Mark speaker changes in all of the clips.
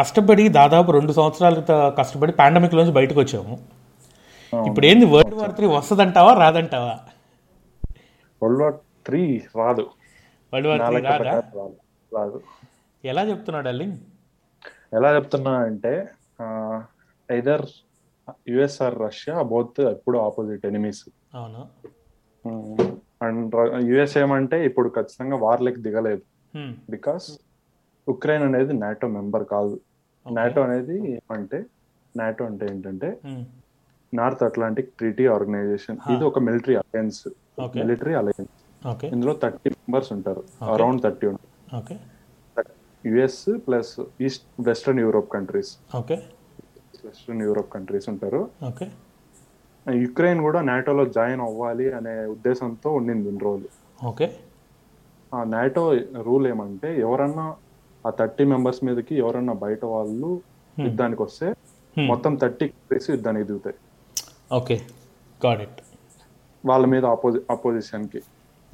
Speaker 1: కష్టపడి దాదాపు రెండు సంవత్సరాల త- కష్టపడి పాండమిక్ నుంచి బయటకు వచ్చాము ఇప్పుడు ఏంది వరల్డ్ వార్ త్రీ వస్తుందంటావా రాదంటావా
Speaker 2: వరల్డ్ వార్ త్రీ రాదు
Speaker 1: వరల్డ్ వార్
Speaker 2: నా
Speaker 1: త్రీ
Speaker 2: లెక్క
Speaker 1: రాదా
Speaker 2: ప్రకారం రాదు రాదు
Speaker 1: ఎలా చెప్తున్నాడు అల్లింగ్
Speaker 2: ఎలా చెప్తున్నా అంటే either US or Russia both ఎప్పుడు ఆపోజిట్ ఎనిమీస్
Speaker 1: అవును
Speaker 2: అండ్ యుఎస్ ఏమంటే ఇప్పుడు ఖచ్చితంగా వార్లకి దిగలేదు
Speaker 1: హ్మ్.
Speaker 2: బికాస్ ఉక్రెయిన్ అనేది నాటో మెంబర్ కాదు నాటో అనేది అంటే నాటో అంటే ఏంటంటే
Speaker 1: hmm.
Speaker 2: North Atlantic treaty organization ఇది ఒక military alliance
Speaker 1: okay
Speaker 2: military alliance
Speaker 1: okay
Speaker 2: ఇందులో థర్టీ మెంబర్స్ ఉంటారు అరౌండ్ థర్టీ ఉంటారు
Speaker 1: okay
Speaker 2: US plus east western Europe countries
Speaker 1: okay
Speaker 2: western Europe countries ఉంటారు
Speaker 1: ఓకే
Speaker 2: యుక్రెయిన్ కూడా నాటోలో జాయిన్ అవ్వాలి అనే ఉద్దేశంతో ఉండింది ఇన్ని రోజులు
Speaker 1: ఓకే
Speaker 2: ఆ నాటో రూల్ ఏమంటే ఎవరన్నా ఆ థర్టీ మెంబర్స్ మీదకి ఎవరన్నా బయట వాళ్ళు యుద్ధానికి వస్తే
Speaker 1: Hmm.
Speaker 2: మొత్తం థర్టీ కంట్రీస్ యుద్ధానికి దిగుతాయి
Speaker 1: ఓకే గాట్ ఇట్
Speaker 2: వాళ్ళ మీద అపోజి అపోజిషన్ కి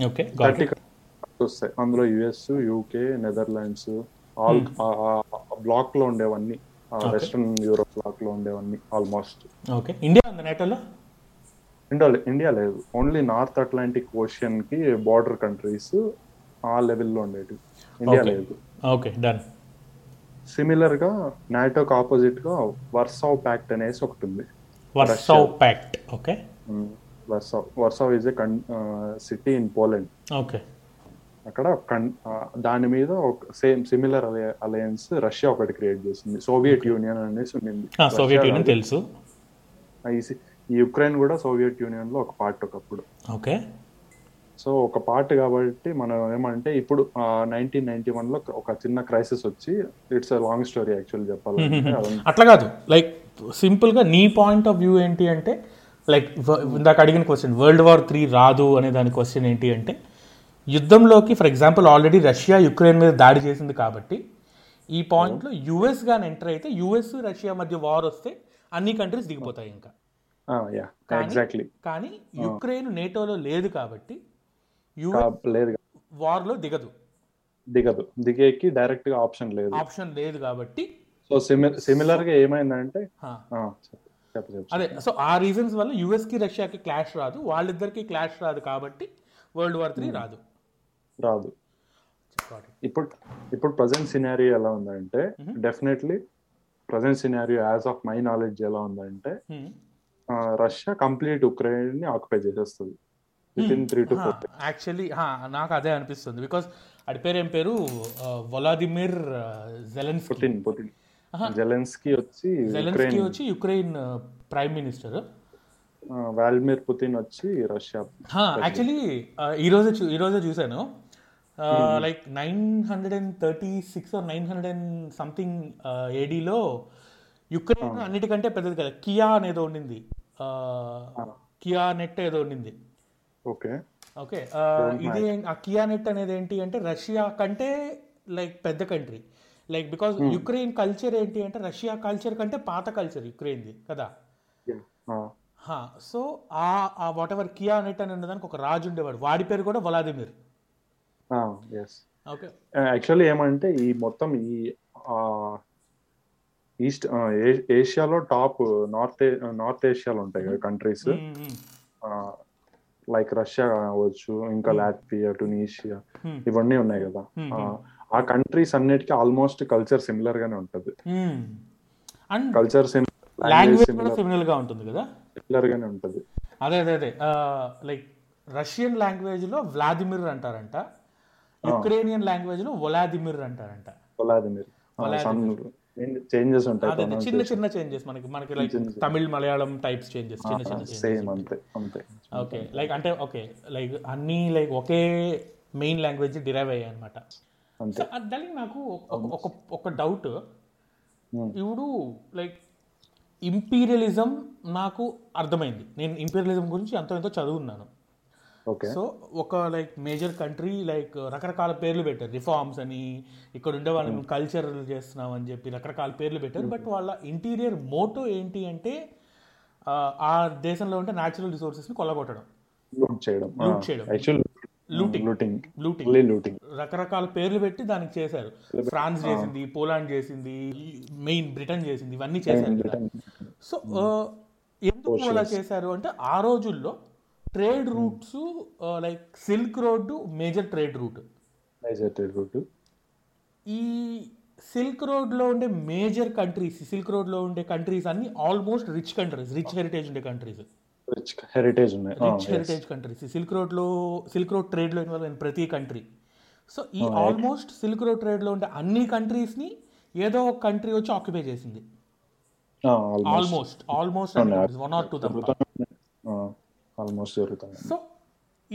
Speaker 1: ఓకే గాట్
Speaker 2: థర్టీ కంట్రీస్ వస్తాయి అందులో US UK Netherlands all bloc లో ఉండేవన్నీ వెస్ట్రన్ యూరోప్ బ్లాక్ లో ఉండేవన్నీ ఆల్మోస్ట్
Speaker 1: ఓకే ఇండియా ఉంది నేటోలో
Speaker 2: ఇండియా ఇండియా లేదు ఓన్లీ నార్త్ అట్లాంటిక్ ఓషియన్ కి బార్డర్ కంట్రీస్ ఆ లెవెల్లో ఉండేవి ఇండియా
Speaker 1: Okay.
Speaker 2: లేదు
Speaker 1: ఓకే డన్
Speaker 2: సిమిలర్ గా నాటోకి ఆపోజిట్ గా వర్సావ్ ప్యాక్ట్ అనేసి ఒకటి ఉంది
Speaker 1: Warsaw pact okay
Speaker 2: Warsaw Warsaw is a city in Poland
Speaker 1: okay
Speaker 2: అక్కడ కన్ ఆ, దాని మీద ఒక సేమ్ సిమిలర్ అలయన్స్ రష్యా ఒకటి క్రియేట్ చేసింది సోవియట్ యూనియన్ అనేసి ఉండింది
Speaker 1: సోవియట్
Speaker 2: రష్యా
Speaker 1: యూనియన్ తెలుసు
Speaker 2: కాదు. ఈ సి- ఈ యుక్రెయిన్ కూడా సోవియట్ యూనియన్ లో ఒక పార్ట్ ఒకప్పుడు
Speaker 1: ఓకే
Speaker 2: సో ఒక పార్ట్ కాబట్టి మనం ఏమంటే ఇప్పుడు నైన్టీన్ నైన్టీ వన్ లో ఒక చిన్న క్రైసిస్ వచ్చి it's a long story actual చెప్పాలంటే అదంతా
Speaker 1: అట్లా కాదు లైక్ సింపుల్గా నీ పాయింట్ ఆఫ్ వ్యూ ఏంటి అంటే లైక్ వ- ఇందాక అడిగిన క్వశ్చన్ వరల్డ్ వార్ త్రీ రాదు అనే దాని క్వశ్చన్ ఏంటి అంటే యుద్ధంలోకి for example already Russia Ukraine మీద దాడి చేసింది కాబట్టి ఈ పాయింట్లో యుఎస్ గాని ఎంటర్ అయితే యుఎస్ రష్యా మధ్య వార్ వస్తే అన్ని కంట్రీస్ దిగిపోతాయి ఇంకా
Speaker 2: యా ఎగ్జాక్ట్లీ
Speaker 1: కానీ యుక్రెయిన్ నేటోలో లేదు కాబట్టి యుఎస్
Speaker 2: లేదు కదా.
Speaker 1: వార్లో దిగదు
Speaker 2: దిగదు దిగేకి డైరెక్ట్ గా ఆప్షన్ లేదు
Speaker 1: ఆప్షన్ లేదు కాబట్టి
Speaker 2: సో సిమిలర్ గా ఏమైందంటే
Speaker 1: హా.
Speaker 2: ఆ, చెప్పు, చెప్పు చెప్పు
Speaker 1: అదే సో ఆ రీజన్స్ వల్ల US కి రష్యాకి క్లాష్ రాదు వాళ్ళిద్దరికి క్లాష్ రాదు కాబట్టి వరల్డ్ వార్ త్రీ రాదు
Speaker 2: రాదు
Speaker 1: Got it.
Speaker 2: ఇప్పుడు ఇప్పుడు ప్రజెంట్ సినారియో ఎలా ఉందంటే definitely present scenario as of my knowledge ఎలా ఉందంటే
Speaker 1: Hmm.
Speaker 2: రష్యా కంప్లీట్ ఉక్రెయిన్ ని ఆక్యుపై చేసేస్తుంది విత్ ఇన్ త్రీ టు
Speaker 1: హా,
Speaker 2: ఫోర్
Speaker 1: యాక్చువల్లీ హా, నాకు అదే అనిపిస్తుంది బికాస్ అడి పేరు ఏం పేరు Uh, ఆ, వలాదిమిర్ ఆ, జెలెన్స్కీ
Speaker 2: పుతిన్ పుతిన్ జెలెన్స్కీ వచ్చి
Speaker 1: జెలెన్స్కీ
Speaker 2: ఉక్రెయిన్
Speaker 1: వచ్చి uh, Ukraine prime minister
Speaker 2: Vladimir Putin వచ్చి రష్యా
Speaker 1: యాక్చువల్లీ ఈరోజే చూ ఈరోజే చూశాను like nine hundred and thirty six nine hundred and something ఏడీలో యుక్రెయిన్ అన్నిటికంటే పెద్దది కదా కియా అనేది ఉండింది కియా నెట్ ఏదో ఉండింది
Speaker 2: ఓకే
Speaker 1: ఓకే ఇది ఏం- ఆ కియా నెట్ అనేది ఏంటి అంటే రష్యా కంటే లైక్ పెద్ద country like because Ukraine culture ఏంటి అంటే రష్యా కల్చర్ కంటే పాత కల్చర్ యుక్రెయిన్ది కదా హా, సో ఆ ఆ వాట్ ఎవర్ కియా నెట్ అని ఉన్నదానికి ఒక రాజు ఉండేవాడు వాడి పేరు కూడా Vladimir
Speaker 2: yes
Speaker 1: okay
Speaker 2: actually Uh, ఏమంటే ఈ మొత్తం ఈ ఈస్ట్ ఏషియాలో టాప్ నార్త్ నార్త్ ఏషియాలో uh, ఉంటాయి కదా countries
Speaker 1: hmm, hmm.
Speaker 2: Like Russia కావచ్చు ఇంకా లాట్వియా టునీషియా
Speaker 1: Hmm.
Speaker 2: ఇవన్నీ ఉన్నాయి కదా
Speaker 1: Hmm,
Speaker 2: ఆ, ఆ కంట్రీస్ అన్నిటికీ ఆల్మోస్ట్ కల్చర్ సిమిలర్ గానే ఉంటుంది
Speaker 1: మ్మ్. And
Speaker 2: culture language
Speaker 1: language hmm. కూడా సిమిలర్ గా ఉంటుంది కదా
Speaker 2: సిమిలర్ గానే ఉంటుంది
Speaker 1: అదే అదే అదే లైక్ రష్యన్ లాంగ్వేజ్ లో వ్లాదిమిర్ అంటారంట యుక్రేనియన్ లాంగ్వేజ్ లో వలాదిమిర్ అంటారంట
Speaker 2: కొలాదిమిర్ చేంజెస్ ఉంటాయి
Speaker 1: అదే అదే చిన్న చిన్న చేంజెస్ మనకి మనకి like Tamil Malayalam types changes చిన్న చిన్న
Speaker 2: సేమ్ అంతే అంతే
Speaker 1: ఓకే లైక్ అంటే ఓకే లైక్ అన్ని లైక్ ఒకే మెయిన్ లాంగ్వేజ్ డిరైవ్ అయ్యాయి అనమాట
Speaker 2: అంతే.
Speaker 1: సో దానికి నాకు ఒక- ఒక ఒక డౌట్ ఇప్పుడు లైక్ ఇంపీరియలిజం నాకు అర్థమైంది నేను ఇంపీరియలిజం గురించి అంత ఎంతో చదువున్నాను
Speaker 2: ఓకే
Speaker 1: సో ఒక లైక్ మేజర్ కంట్రీ లైక్ రకరకాల పేర్లు పెట్టారు రిఫార్మ్స్ అని ఇక్కడ ఉండే వాళ్ళని కల్చర్ చేస్తున్నాం అని చెప్పి రకరకాల పేర్లు పెట్టారు బట్ వాళ్ళ ఇంటీరియర్ మోటో ఏంటి అంటే ఆ, ఆ దేశంలో ఉండే న్యాచురల్ రిసోర్సెస్ని కొల్లగొట్టడం
Speaker 2: లూట్ చేయడం
Speaker 1: చేయడం.
Speaker 2: యాక్చువల్
Speaker 1: లూటింగ్
Speaker 2: లూటింగ్
Speaker 1: లూటింగ్
Speaker 2: మళ్ళీ లూటింగ్
Speaker 1: రకరకాల పేర్లు పెట్టి దానికి చేశారు ఫ్రాన్స్ చేసింది పోలాండ్ చేసింది మెయిన్ బ్రిటన్ చేసింది ఇవన్నీ చేశారు కదా. సో ఆ, ఎందుకు అలా చేశారు అంటే ఆ రోజుల్లో trade routes like silk road major trade route
Speaker 2: డైజెటెడ్ రూట్
Speaker 1: ఈ సిల్క్ రోడ్లో ఉండే మేజర్ కంట్రీస్ సిల్క్ రోడ్లో ఉండే కంట్రీస్ అన్ని almost rich countries rich heritage ఉండే కంట్రీస్
Speaker 2: రిచ్ హెరిటేజ్ ఉన్నాయి ఆ,
Speaker 1: రిచ్ హెరిటేజ్ కంట్రీస్ సిల్క్ రోడ్లో సిల్క్ రోడ్ ట్రేడ్లో ఇన్వాల్వ్ అయిన ప్రతి కంట్రీ సో ఈ ఆల్మోస్ట్ సిల్క్ రోడ్ ట్రేడ్లో ఉండే అన్ని కంట్రీస్ని ఏదో ఒక కంట్రీ వచ్చి ఆక్యుపై చేసింది
Speaker 2: ఆ, almost
Speaker 1: almost almost one or two తప్ప
Speaker 2: ఆ, ఆల్మోస్ట్ జరుగుతున్నాయి
Speaker 1: సో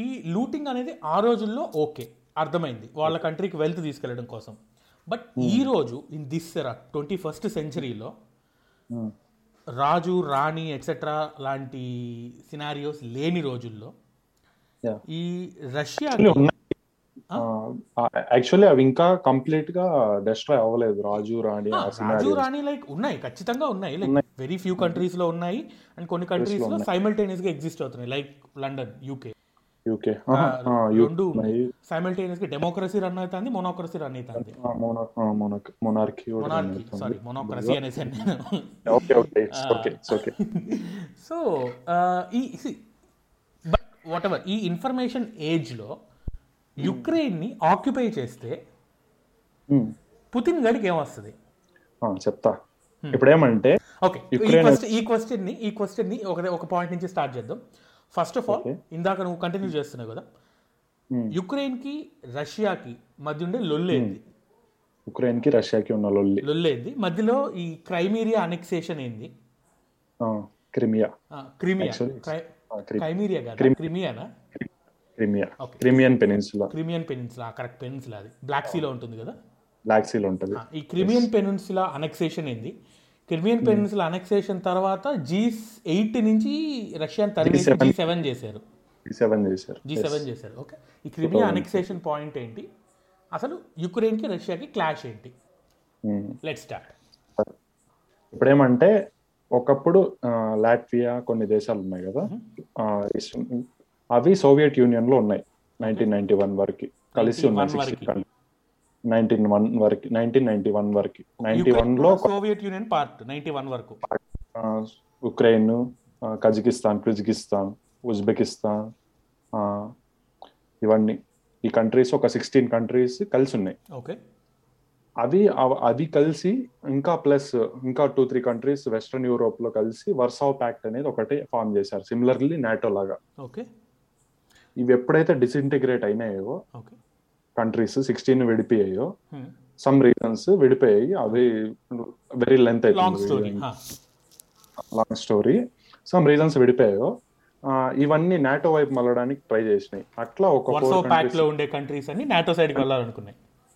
Speaker 1: ఈ లూటింగ్ అనేది ఆ రోజుల్లో ఓకే అర్థమైంది వాళ్ళ కంట్రీకి వెల్త్ తీసుకెళ్ళడం కోసం బట్ ఈ రోజు in this era twenty first సెంచరీలో
Speaker 2: ఉమ్,
Speaker 1: రాజు రాణి ఎట్సెట్రా లాంటి సినారియోస్ లేని రోజుల్లో
Speaker 2: yeah.
Speaker 1: ఈ రష్యా
Speaker 2: Actually ఉన్నాయి యాక్చువల్లీ అవి ఇంకా కంప్లీట్ గా డెస్ట్రాయ్ అవ్వలేదు రాజు రాణి ఆ
Speaker 1: రాజు
Speaker 2: scenario.
Speaker 1: రాణి లైక్ ఉన్నాయి ఖచ్చితంగా ఉన్నాయి లైక్ వెరీ ఫ్యూ కంట్రీస్ లో ఉన్నాయి అండ్ కొన్ని కంట్రీస్ లో Ah, సైమల్టేనియస్ గా ఎగ్జిస్ట్ అవుతున్నాయి లైక్ లండన్ యూకే
Speaker 2: యూకే
Speaker 1: రెండు సైమల్టేనియస్ గా డెమోక్రసీ రన్ అవుతుంది మోనోక్రసీ రన్ అవుతుంది
Speaker 2: మొనార్కీ
Speaker 1: మొనార్కీ సారీ మోనోక్రసీ అనేసి నేను
Speaker 2: okay okay okay okay
Speaker 1: so uh, ఈ బట్ వాట్ ఎవర్ ఈ ఇన్ఫర్మేషన్ ఏజ్ లో Hmm. యుక్రెయిన్ ని ఆక్యుపై చేస్తే
Speaker 2: Hmm.
Speaker 1: పుతిన్ గడికి ఏమొస్తుంది
Speaker 2: చెప్తా ఇప్పుడేమంటే
Speaker 1: ఓకే ఈ క్వశ్చన్ ఈ క్వశ్చన్ ని ఈ క్వశ్చన్ ని ఒక ఒక పాయింట్ నుంచి స్టార్ట్ చేద్దాం ఫస్ట్ ఆఫ్ ఆల్ ఇందాక నువ్వు కంటిన్యూ చేస్తున్నావు కదా
Speaker 2: Hmm.
Speaker 1: యుక్రెయిన్ కి రష్యాకి మధ్య ఉండే లొల్లేంది
Speaker 2: Hmm. ఉక్రెయిన్ కి రష్యాకి ఉన్న లొల్లి
Speaker 1: లొల్లేంది మధ్యలో ఈ క్రైమీరియా అనెక్సేషన్ ఏంది
Speaker 2: క్రిమియా
Speaker 1: ఆ, క్రిమియా
Speaker 2: Actually,
Speaker 1: క్రై-
Speaker 2: ఆ, క్రి-
Speaker 1: క్రైమీరియా కాదు క్రిమియానా
Speaker 2: Crimea Crimean peninsula
Speaker 1: Crimean peninsula correct peninsula అది
Speaker 2: Ah.
Speaker 1: బ్లాక్ సీలో ఉంటుంది కదా
Speaker 2: బ్లాక్ సీల్ ఉంటది
Speaker 1: ఆ, ఈ క్రిమియన్ పెనిన్సులా అనెక్సేషన్ ఏంది క్రిమియన్
Speaker 2: Hmm.
Speaker 1: పెనిన్సులా అనెక్సేషన్ తర్వాత జీ ఎయిట్ నుంచి రష్యాని తరిమేసి జీ సెవెన్ చేశారు
Speaker 2: సెవెన్ చేశారు
Speaker 1: జీ సెవెన్ చేశారు ఓకే ఈ క్రిమియా అనెక్సేషన్ పాయింట్ ఏంటి అసలు యుక్రెయిన్కి రష్యాకి క్లాష్ ఏంటి
Speaker 2: Hmm.
Speaker 1: లెట్ స్టార్ట్
Speaker 2: ఇప్పుడేమంటే ఒకప్పుడు ఆ, లాట్వియా కొన్ని దేశాలు ఉన్నాయి కదా ఆ, ఇస్- అవి సోవియట్ యూనియన్ లో ఉన్నాయి నైన్టీన్ నైన్టీ వన్ వరకు కలిసి ఉన్నాయి
Speaker 1: 1991
Speaker 2: సిక్స్టీ నైన్టీన్ వన్ వరకు నైన్టీన్ నైన్టీ వన్ వరకు నైన్టీ వన్ లో
Speaker 1: Soviet Union part ninety one వరకు
Speaker 2: ఆ, ఉక్రెయిన్ ఆ, కజకిస్తాన్ క్రిజికిస్తాన్ ఉజ్బెకిస్తాన్ ఆ, ఇవన్నీ ఈ కంట్రీస్ ఒక సిక్స్టీన్ కంట్రీస్ కలిసి ఉన్నాయి
Speaker 1: ఓకే
Speaker 2: అవి అవ- అవి కలిసి ఇంకా ప్లస్ ఇంకా two three countries western Europe లో కలిసి వర్సావ్ ప్యాక్ట్ అనేది ఒకటి ఫామ్ చేశారు సిమిలర్లీ నాటో లాగా
Speaker 1: ఓకే
Speaker 2: ఇవి ఎప్పుడైతే డిసింటిగ్రేట్ అయినాయో
Speaker 1: ఓకే
Speaker 2: కంట్రీస్ సిక్స్టీన్ విడిపోయాయో
Speaker 1: Hmm.
Speaker 2: సమ్ రీజన్స్ విడిపోయాయి అవి వెరీ లెంత్
Speaker 1: లాంగ్
Speaker 2: అవుతుంది
Speaker 1: story
Speaker 2: long story some reasons విడిపోయాయో ఆ, ఇవన్నీ నాటో వైపు మళ్ళడానికి ట్రై చేసినాయి అట్లా ఒక
Speaker 1: వర్సో
Speaker 2: ఫోర్
Speaker 1: ప్యాక్ లో ఉండే కంట్రీస్ అన్ని నాటో సైడ్ కి వెళ్ళాలనుకున్నాయి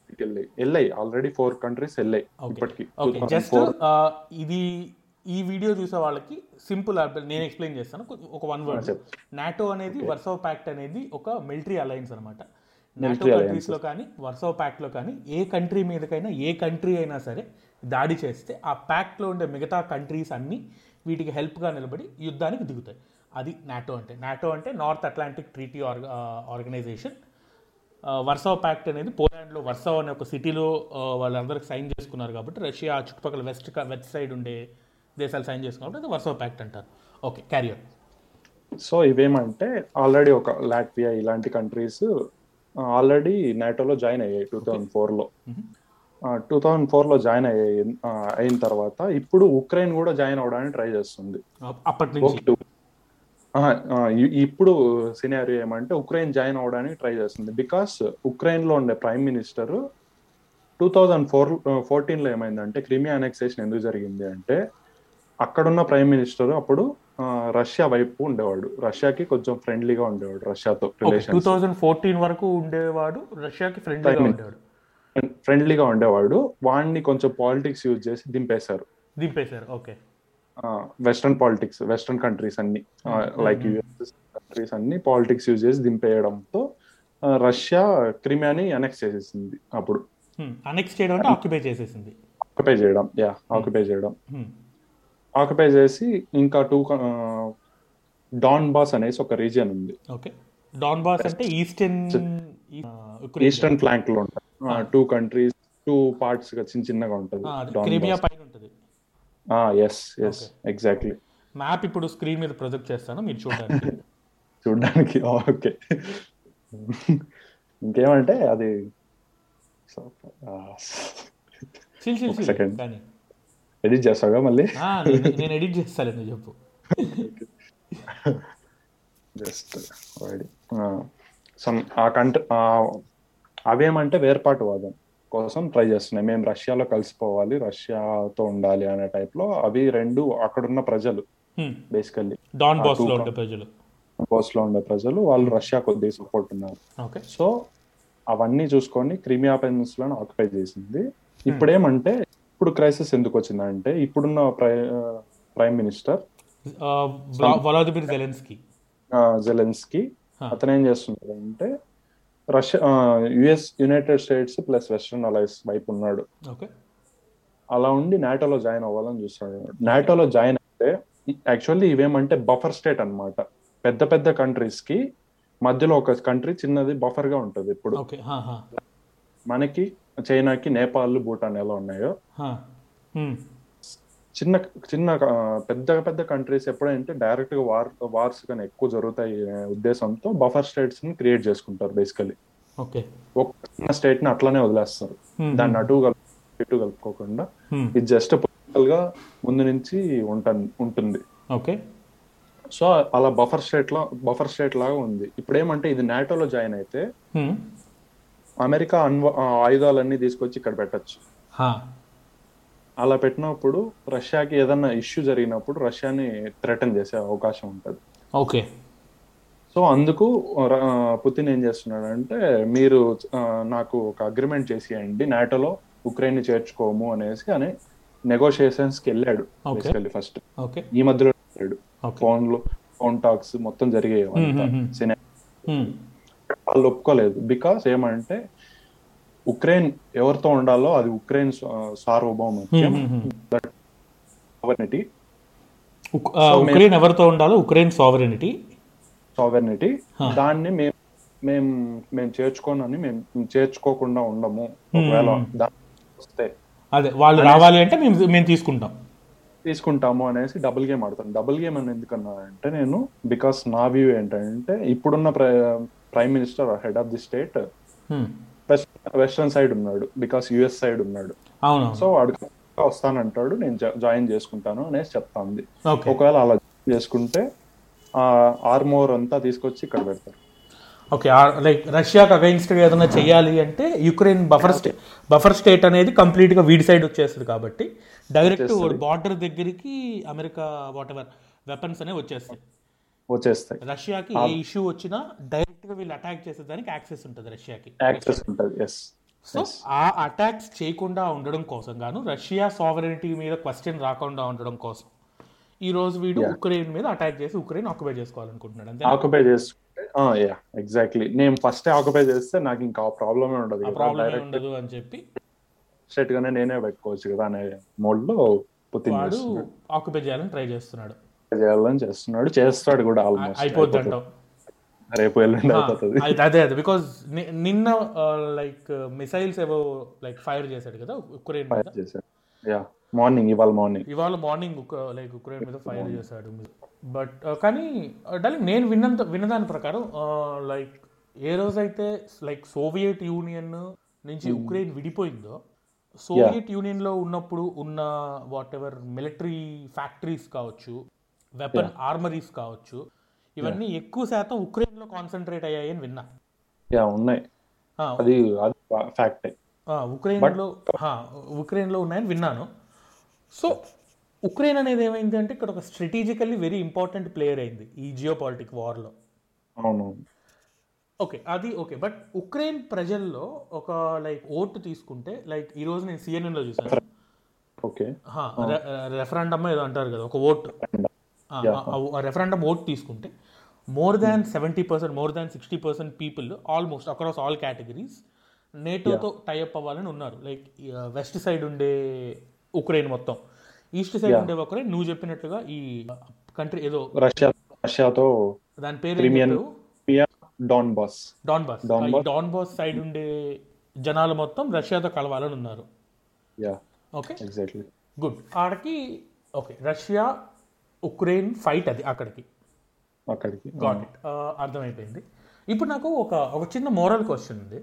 Speaker 2: కంట్రీస్కి వెళ్ళాయి వెళ్ళాయి ఆల్రెడీ ఫోర్ కంట్రీస్ వెళ్ళాయి ఇప్పటికి
Speaker 1: ఓకే జస్ట్ uh, ఇది ఈ వీడియో చూసే వాళ్ళకి సింపుల్ నేను ఎక్స్ప్లెయిన్ చేస్తాను కొ- ఒక వన్ వర్డ్ నాటో అనేది వర్సో ప్యాక్ట్ అనేది ఒక మిలిటరీ అలయన్స్ అనమాట నాటో కంట్రీస్ లో కానీ వర్సో ప్యాక్ట్ లో కానీ ఏ కంట్రీ మీదకైనా ఏ కంట్రీ అయినా సరే దాడి చేస్తే ఆ ప్యాక్ట్ లో ఉండే మిగతా కంట్రీస్ అన్ని వీటికి help గా నిలబడి యుద్ధానికి దిగుతాయి అది నాటో అంటే నాటో అంటే North Atlantic treaty Organization Warsaw Pact అనేది పోలాండ్లో వర్సా అనే ఒక సిటీలో వాళ్ళందరికి సైన్ చేసుకున్నారు కాబట్టి రష్యా ఆ చుట్టుపక్కల వెస్ట్ క- వెస్ట్ సైడ్ ఉండే దేశాలు సైన్ చేసుకున్నప్పుడు అది వర్సా ప్యాక్ట్ అంటారు ఓకే క్యారియర్
Speaker 2: సో ఇవేమంటే ఆల్రెడీ ఒక లాట్వియా ఇలాంటి కంట్రీస్ ఆల్రెడీ నాటోలో జాయిన్ అయ్యాయి టూ థౌజండ్ ఫోర్లో టూ థౌజండ్ ఫోర్లో జాయిన్ అయ్యాయి ఆ, అయిన తర్వాత ఇప్పుడు ఉక్రెయిన్ కూడా జాయిన్ అవడానికి ట్రై చేస్తుంది
Speaker 1: అప్పటి నుంచి
Speaker 2: ఆ, ఆ, ఇ- ఇప్పుడు సినారియో ఏమంటే ఉక్రెయిన్ జాయిన్ అవడానికి ట్రై చేస్తుంది బికాస్ ఉక్రెయిన్ లో ఉండే prime minister two thousand four fourteen లో ఏమైందంటే క్రిమియా అనెక్సేషన్ ఎందుకు జరిగింది అంటే అక్కడున్న ప్రైమ్ మినిస్టర్ అప్పుడు ఆ, రష్యా వైపు ఉండేవాడు రష్యాకి కొంచెం ఫ్రెండ్లీగా ఉండేవాడు రష్యాతో రిలేషన్
Speaker 1: టూ థౌజండ్ ఫోర్టీన్ వరకు ఉండేవాడు రష్యాకి ఫ్రెండ్లీగా ఉండేవాడు
Speaker 2: ఫ్రెండ్లీగా ఉండేవాడు వాడిని కొంచెం పాలిటిక్స్ యూజ్ చేసి దింపేశారు
Speaker 1: దింపేశారు okay
Speaker 2: western politics western countries అన్ని లైక్ యుఎస్ కంట్రీస్ అన్ని పాలిటిక్స్ యూజ్ చేసి దింపేయడంతో ఆ, రష్యా క్రిమియాని అనెక్స్ చేసేసింది అప్పుడు
Speaker 1: అనెక్స్ చేయడం అంటే ఆక్యుపై చేసేసింది
Speaker 2: ఆక్యుపై చేయడం యా ఆక్యుపై చేయడం
Speaker 1: Hmm.
Speaker 2: ఆక్యుపై చేసి ఇంకా టూ డాన్ బాస్ అనేసి ఒక రీజియన్ ఉంది
Speaker 1: ఓకే డాన్ బాస్ అంటే ఈస్టర్న్
Speaker 2: ఈస్టర్న్ ఫ్లాంక్ లో ఉంటారు టూ కంట్రీస్ టూ పార్ట్స్ గా చిన్న చిన్నగా Ah,
Speaker 1: క్రీమియా
Speaker 2: ఉంటుంది
Speaker 1: పైన ఉంటుంది
Speaker 2: ఎస్ ఎస్ ఎగ్జాక్ట్లీ
Speaker 1: మ్యాప్ ఇప్పుడు స్క్రీన్ మీద ప్రొజెక్ట్ చేస్తాను మీరు చూడండి
Speaker 2: చూడడానికి ఓకే ఇంకేమంటే అది
Speaker 1: చిల్ చిల్
Speaker 2: ఒక
Speaker 1: చిల్
Speaker 2: second.
Speaker 1: కానీ
Speaker 2: ఎడిట్ చేస్తాగా మళ్ళీ
Speaker 1: ఆ, నేను- నేను ఎడిట్ చేస్తాను నువ్వు చెప్పు
Speaker 2: జస్ట్ సమ్ ఆ కంట్రీ అవేమంటే వేర్పాటు వాదం కోసం ట్రై చేస్తున్నాయి మేము రష్యాలో కలిసిపోవాలి రష్యాతో ఉండాలి అనే type లో అవి రెండు అక్కడున్న ప్రజలు
Speaker 1: హ్మ్.
Speaker 2: బేసికల్లీ
Speaker 1: డాన్ బాస్ లో ఉండే ప్రజలు
Speaker 2: లో ఉండే ప్రజలు వాళ్ళు రష్యా కొద్దిగా సపోర్ట్ ఉన్నారు
Speaker 1: ఓకే
Speaker 2: సో అవన్నీ చూసుకొని క్రిమియా పెన్స్లను ఆక్యుపై చేసింది ఇప్పుడేమంటే ఇప్పుడు క్రైసిస్ ఎందుకు వచ్చిందంటే ఇప్పుడున్న ప్రై prime minister
Speaker 1: Vladimir Zelensky
Speaker 2: Zelensky అతను ఏం చేస్తున్నాడు అంటే Russia US United States plus western allies వైపు ఉన్నాడు
Speaker 1: ఓకే
Speaker 2: అలా ఉండి నాటోలో జాయిన్ అవ్వాలని చూస్తాడు నాటోలో జాయిన్ అయితే యాక్చువల్లీ ఇవేమంటే బఫర్ స్టేట్ అన్నమాట పెద్ద పెద్ద కంట్రీస్ కి మధ్యలో ఒక కంట్రీ చిన్నది బఫర్ గా ఉంటుంది ఇప్పుడు
Speaker 1: ఓకే
Speaker 2: మనకి చైనాకి నేపాల్ భూటాన్ ఎలా ఉన్నాయో చిన్న చిన్న ఆ, పెద్ద పెద్ద కంట్రీస్ ఎప్పుడంటే డైరెక్ట్ గా వార్ వార్స్ కానీ ఎక్కువ జరుగుతాయి అనే ఉద్దేశంతో బఫర్ స్టేట్స్ ని క్రియేట్ చేసుకుంటారు బేసికలీ
Speaker 1: ఓకే
Speaker 2: ఒక చిన్న స్టేట్ ని అట్లానే వదిలేస్తారు దాన్ని అటు కలుపు ఇటు కలుపుకోకుండా ఇది జస్ట్ పొలిటికల్ గా ముందు నుంచి ఉంటుంది ఉంటుంది
Speaker 1: ఓకే
Speaker 2: సో అలా బఫర్ స్టేట్ లా బఫర్ స్టేట్ లాగా ఉంది ఇప్పుడు ఏమంటే ఇది నాటోలో జాయిన్ అయితే అమెరికా అన్వ ఆ, ఆయుధాలన్నీ తీసుకొచ్చి ఇక్కడ పెట్టచ్చు అలా పెట్టినప్పుడు రష్యాకి ఏదైనా ఇష్యూ జరిగినప్పుడు రష్యాని థ్రెటన్ చేసే అవకాశం ఉంటుంది
Speaker 1: ఓకే
Speaker 2: సో అందుకు ర- ఆ, పుతిన్ ఏం చేస్తున్నాడంటే మీరు ఆ, నాకు ఒక అగ్రిమెంట్ చేసేయండి నాటోలో ఉక్రెయిన్ ని చేర్చుకోము అనేసి అని negotiations కి వెళ్ళాడు
Speaker 1: Okay.
Speaker 2: బేసికల్లీ ఫస్ట్
Speaker 1: ఓకే
Speaker 2: ఈ మధ్యలో వెళ్ళాడు
Speaker 1: Okay.
Speaker 2: ఫోన్ లో ఫోన్ టాక్స్ మొత్తం జరిగాయి అంతా.
Speaker 1: Mhm.
Speaker 2: సినే- వాళ్ళు ఒప్పుకోలేదు బికాస్ ఏమంటే ఉక్రెయిన్ ఎవరితో ఉండాలో అది ఉక్రెయిన్ సా- సార్వభౌమత్యం సావర్నిటీ
Speaker 1: ఉక్రెయిన్ ఎవరితో ఉండాలో ఉక్రెయిన్ సావరెనిటీ
Speaker 2: సావర్నిటీ
Speaker 1: Huh.
Speaker 2: దాన్ని మేము మేము మేము చేర్చుకోనని మేము చేర్చుకోకుండా ఉండము ఒకవేళ దా- వస్తే
Speaker 1: అదే వాళ్ళు రావాలి అంటే మేము మేము తీసుకుంటాం
Speaker 2: తీసుకుంటాము అనేసి డబుల్ గేమ్ ఆడతాను డబుల్ గేమ్ అని ఎందుకన్నా అంటే నేను బికాస్ నా వ్యూ ఏంటంటే ఇప్పుడున్న prime minister head of the state
Speaker 1: Hmm.
Speaker 2: Western side ఉన్నాడు బికాస్ యుఎస్ సైడ్ ఉన్నాడు
Speaker 1: అవును
Speaker 2: సో వాడు వస్తానంటాడు నేను జాయిన్ చేసుకుంటాను అనేసి చెప్తాంది
Speaker 1: ఓకే
Speaker 2: ఒకవేళ అలా చేసుకుంటే ఆ ఆర్మోర్ అంతా తీసుకొచ్చి ఇక్కడ పెడతారు
Speaker 1: ఓకే లైక్ రష్యాకి అగైన్స్ట్ ఏదైనా చేయాలి అంటే Ukraine buffer state buffer state అనేది complete గా వీడి సైడ్ వచ్చేస్తుంది కాబట్టి డైరెక్ట్ బార్డర్ దగ్గరికి అమెరికా వాట్ ఎవర్ వెపన్స్ అనేవి వచ్చేస్తాయి
Speaker 2: వచ్చేస్తాయి
Speaker 1: రష్యాకి ఏ ఇష్యూ వచ్చినా డైరెక్ట్ గా వీళ్ళు అటాక్ చేసేదానికి యాక్సెస్ ఉంటుంది రష్యాకి
Speaker 2: యాక్సెస్ ఉంటుంది ఎస్
Speaker 1: సో ఆ అటాక్స్ చేయకుండా ఉండడం కోసం గాను రష్యా సావరెనిటీ మీద క్వశ్చన్ రాకుండా ఉండడం కోసం ఈ రోజు వీడు ఉక్రెయిన్ మీద అటాక్ చేసి ఉక్రెయిన్ ఆక్యుపై చేసుకోవాలనుకుంటున్నాడు అంతే
Speaker 2: ఆక్యుపై చేసుకుంటే యా ఎగ్జాక్ట్లీ నేను ఫస్ట్ ఆక్యుపై చేస్తే నాకు ఇంకా ప్రాబ్లమే ఉండదు కదా
Speaker 1: ప్రాబ్లం ఉండదు అని చెప్పి
Speaker 2: స్ట్రైట్ గానే నేనే పెట్టుకోవచ్చు కదా అనే మోడ్ లో పుతిన్
Speaker 1: వాడు ఆక్యుపై చేయాలని ట్రై చేస్తున్నాడు
Speaker 2: చేయాలని చేస్తున్నాడు చేస్తాడు కూడా ఆల్మోస్ట్
Speaker 1: అయిపోద్ది అంటావు
Speaker 2: రేపు ఎల్లుండి అయిపోతుంది
Speaker 1: అది- అదే అదే బికాజ్ నిన్న లైక్ మిసైల్స్ ఏవో లైక్ ఫైర్ చేశాడు కదా ఉక్రెయిన్ మీద
Speaker 2: చేశాడు యా మార్నింగ్ ఇవాళ మార్నింగ్
Speaker 1: ఇవాళ మార్నింగ్ లైక్ ఉక్రెయిన్ మీద ఫైర్ చేశాడు బట్ కానీ డార్లింగ్ నేను విన్నంత విన్నదాని ప్రకారం లైక్ ఏ రోజైతే లైక్ సోవియట్ యూనియన్ నుంచి ఉక్రెయిన్ విడిపోయిందో సోవియట్ యూనియన్ లో ఉన్నప్పుడు ఉన్న వాట్ ఎవర్ మిలిటరీ ఫ్యాక్టరీస్ కావచ్చు వెపన్ ఆర్మరీస్ కావచ్చు ఇవన్నీ ఎక్కువ శాతం ఉక్రెయిన్ లో కాన్సన్ట్రేట్ అయ్యాయని విన్నా
Speaker 2: యా ఉన్నాయి
Speaker 1: ఆ,
Speaker 2: అది అది ఫ్యాక్ట్
Speaker 1: ఆ, ఉక్రెయిన్లో హా, ఉక్రెయిన్లో ఉన్నాయని విన్నాను సో ఉక్రెయిన్ అనేది ఏమైంది అంటే ఇక్కడ ఒక స్ట్రాటజికల్లీ వెరీ ఇంపార్టెంట్ ప్లేయర్ అయింది ఈ జియో పాలిటిక్ వార్లో
Speaker 2: అవును
Speaker 1: ఓకే అది ఓకే బట్ ఉక్రెయిన్ ప్రజల్లో ఒక లైక్ ఓటు తీసుకుంటే లైక్ ఈరోజు నేను సిఎన్ఎన్లో చూసాను
Speaker 2: ఓకే
Speaker 1: హా, రె- రెఫరాండమ్ ఏదో అంటారు కదా ఒక ఓట్ ఆ, ఆ, ఆ రెఫరాండమ్ ఓట్ తీసుకుంటే more than seventy percent more than sixty percent people almost across all categories నేటోతో టైఅప్ అవ్వాలని ఉన్నారు లైక్ వెస్ట్ సైడ్ ఉండే ఉక్రెయిన్ మొత్తం ఈస్ట్ సైడ్ ఉండే ఒకరే నువ్వు చెప్పినట్లుగా ఈ కంట్రీ ఏదో
Speaker 2: రష్యా రష్యాతో
Speaker 1: దాని పేరు ఏం చెప్పావు?
Speaker 2: Donbas
Speaker 1: Donbas
Speaker 2: Donbass.
Speaker 1: Donbas side ఉండే జనాలు మొత్తం రష్యాతో కలవాలని ఉన్నారు
Speaker 2: యా
Speaker 1: ఓకే
Speaker 2: ఎగ్జాక్ట్లీ
Speaker 1: గుడ్ ఆడకి ఓకే రష్యా ఉక్రెయిన్ ఫైట్ అది అక్కడికి
Speaker 2: అక్కడికి
Speaker 1: గాట్ ఇట్ అర్థమైపోయింది ఇప్పుడు నాకు ఒక ఒక చిన్న మోరల్ క్వశ్చన్ ఉంది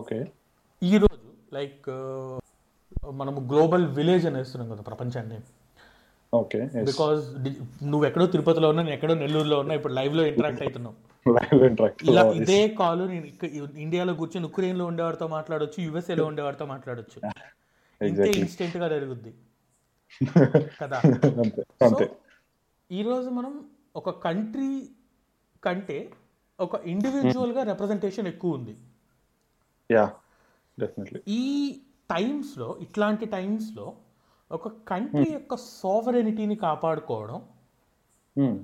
Speaker 2: ఓకే
Speaker 1: ఈరోజు లైక్ uh, మనము గ్లోబల్ విలేజ్ అనేస్తున్నాం కదా ప్రపంచాన్ని
Speaker 2: ఓకే
Speaker 1: బికాజ్ నువ్వు ఎక్కడో తిరుపతిలో ఉన్నా నేను ఎక్కడో నెల్లూరులో ఉన్నా ఇప్పుడు live లో ఇంటరాక్ట్ అవుతున్నావు
Speaker 2: లైవ్ ఇంట్రాక్ట్
Speaker 1: ఇలా ఇదే కాల్ నేను ఇక్క- ఇండియాలో కూర్చొని ఉక్రెయిన్ లో ఉండేవాడితో మాట్లాడొచ్చు USA లో ఉండేవాడితో మాట్లాడొచ్చు ఇంతే ఇన్స్టెంట్ గా జరుగుద్ది కదా
Speaker 2: అంతే
Speaker 1: సో
Speaker 2: అంతే
Speaker 1: ఈరోజు మనం ఒక కంట్రీ కంటే ఒక ఇండివిజువల్గా రిప్రజెంటేషన్ ఎక్కువ ఉంది
Speaker 2: యా డెఫినెట్లీ
Speaker 1: ఈ టైమ్స్లో ఇట్లాంటి టైమ్స్లో ఒక కంట్రీ యొక్క సోవరెనిటీని కాపాడుకోవడం
Speaker 2: Hmm.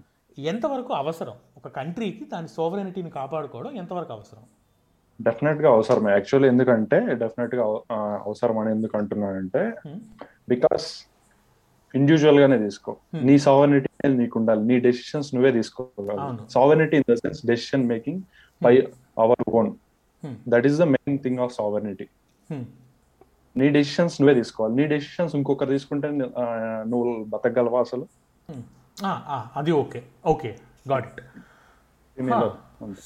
Speaker 1: ఎంతవరకు అవసరం ఒక కంట్రీకి దాని సోవరెనిటీని కాపాడుకోవడం ఎంతవరకు అవసరం
Speaker 2: డెఫినెట్ గా అవసరం యాక్చువల్లీ ఎందుకంటే డెఫినెట్ గా అవ- ఆ, అవసరం అని ఎందుకు అంటున్నానంటే
Speaker 1: Hmm.
Speaker 2: బికాస్ ఇండివిజువల్ గానే తీసుకో
Speaker 1: Hmm.
Speaker 2: నీ సావర్నిటీ నీకు ఉండాలి నీ డెసిషన్స్ నువ్వే
Speaker 1: అవును.
Speaker 2: తీసుకోగలవు sovereignty in the sense decision making by our own
Speaker 1: Hmm.
Speaker 2: That is the main thing of sovereignty
Speaker 1: Hmm.
Speaker 2: నీ డెసిషన్స్ నువ్వే తీసుకోవాలి నీ డెసిషన్స్ ఇంకొకరు తీసుకుంటే ని- ఆ, నువ్వు బతకగలవా అసలు
Speaker 1: Hmm. ఆ, ఆ, అది ఓకే ఓకే గాట్ ఇట్
Speaker 2: దీనిలో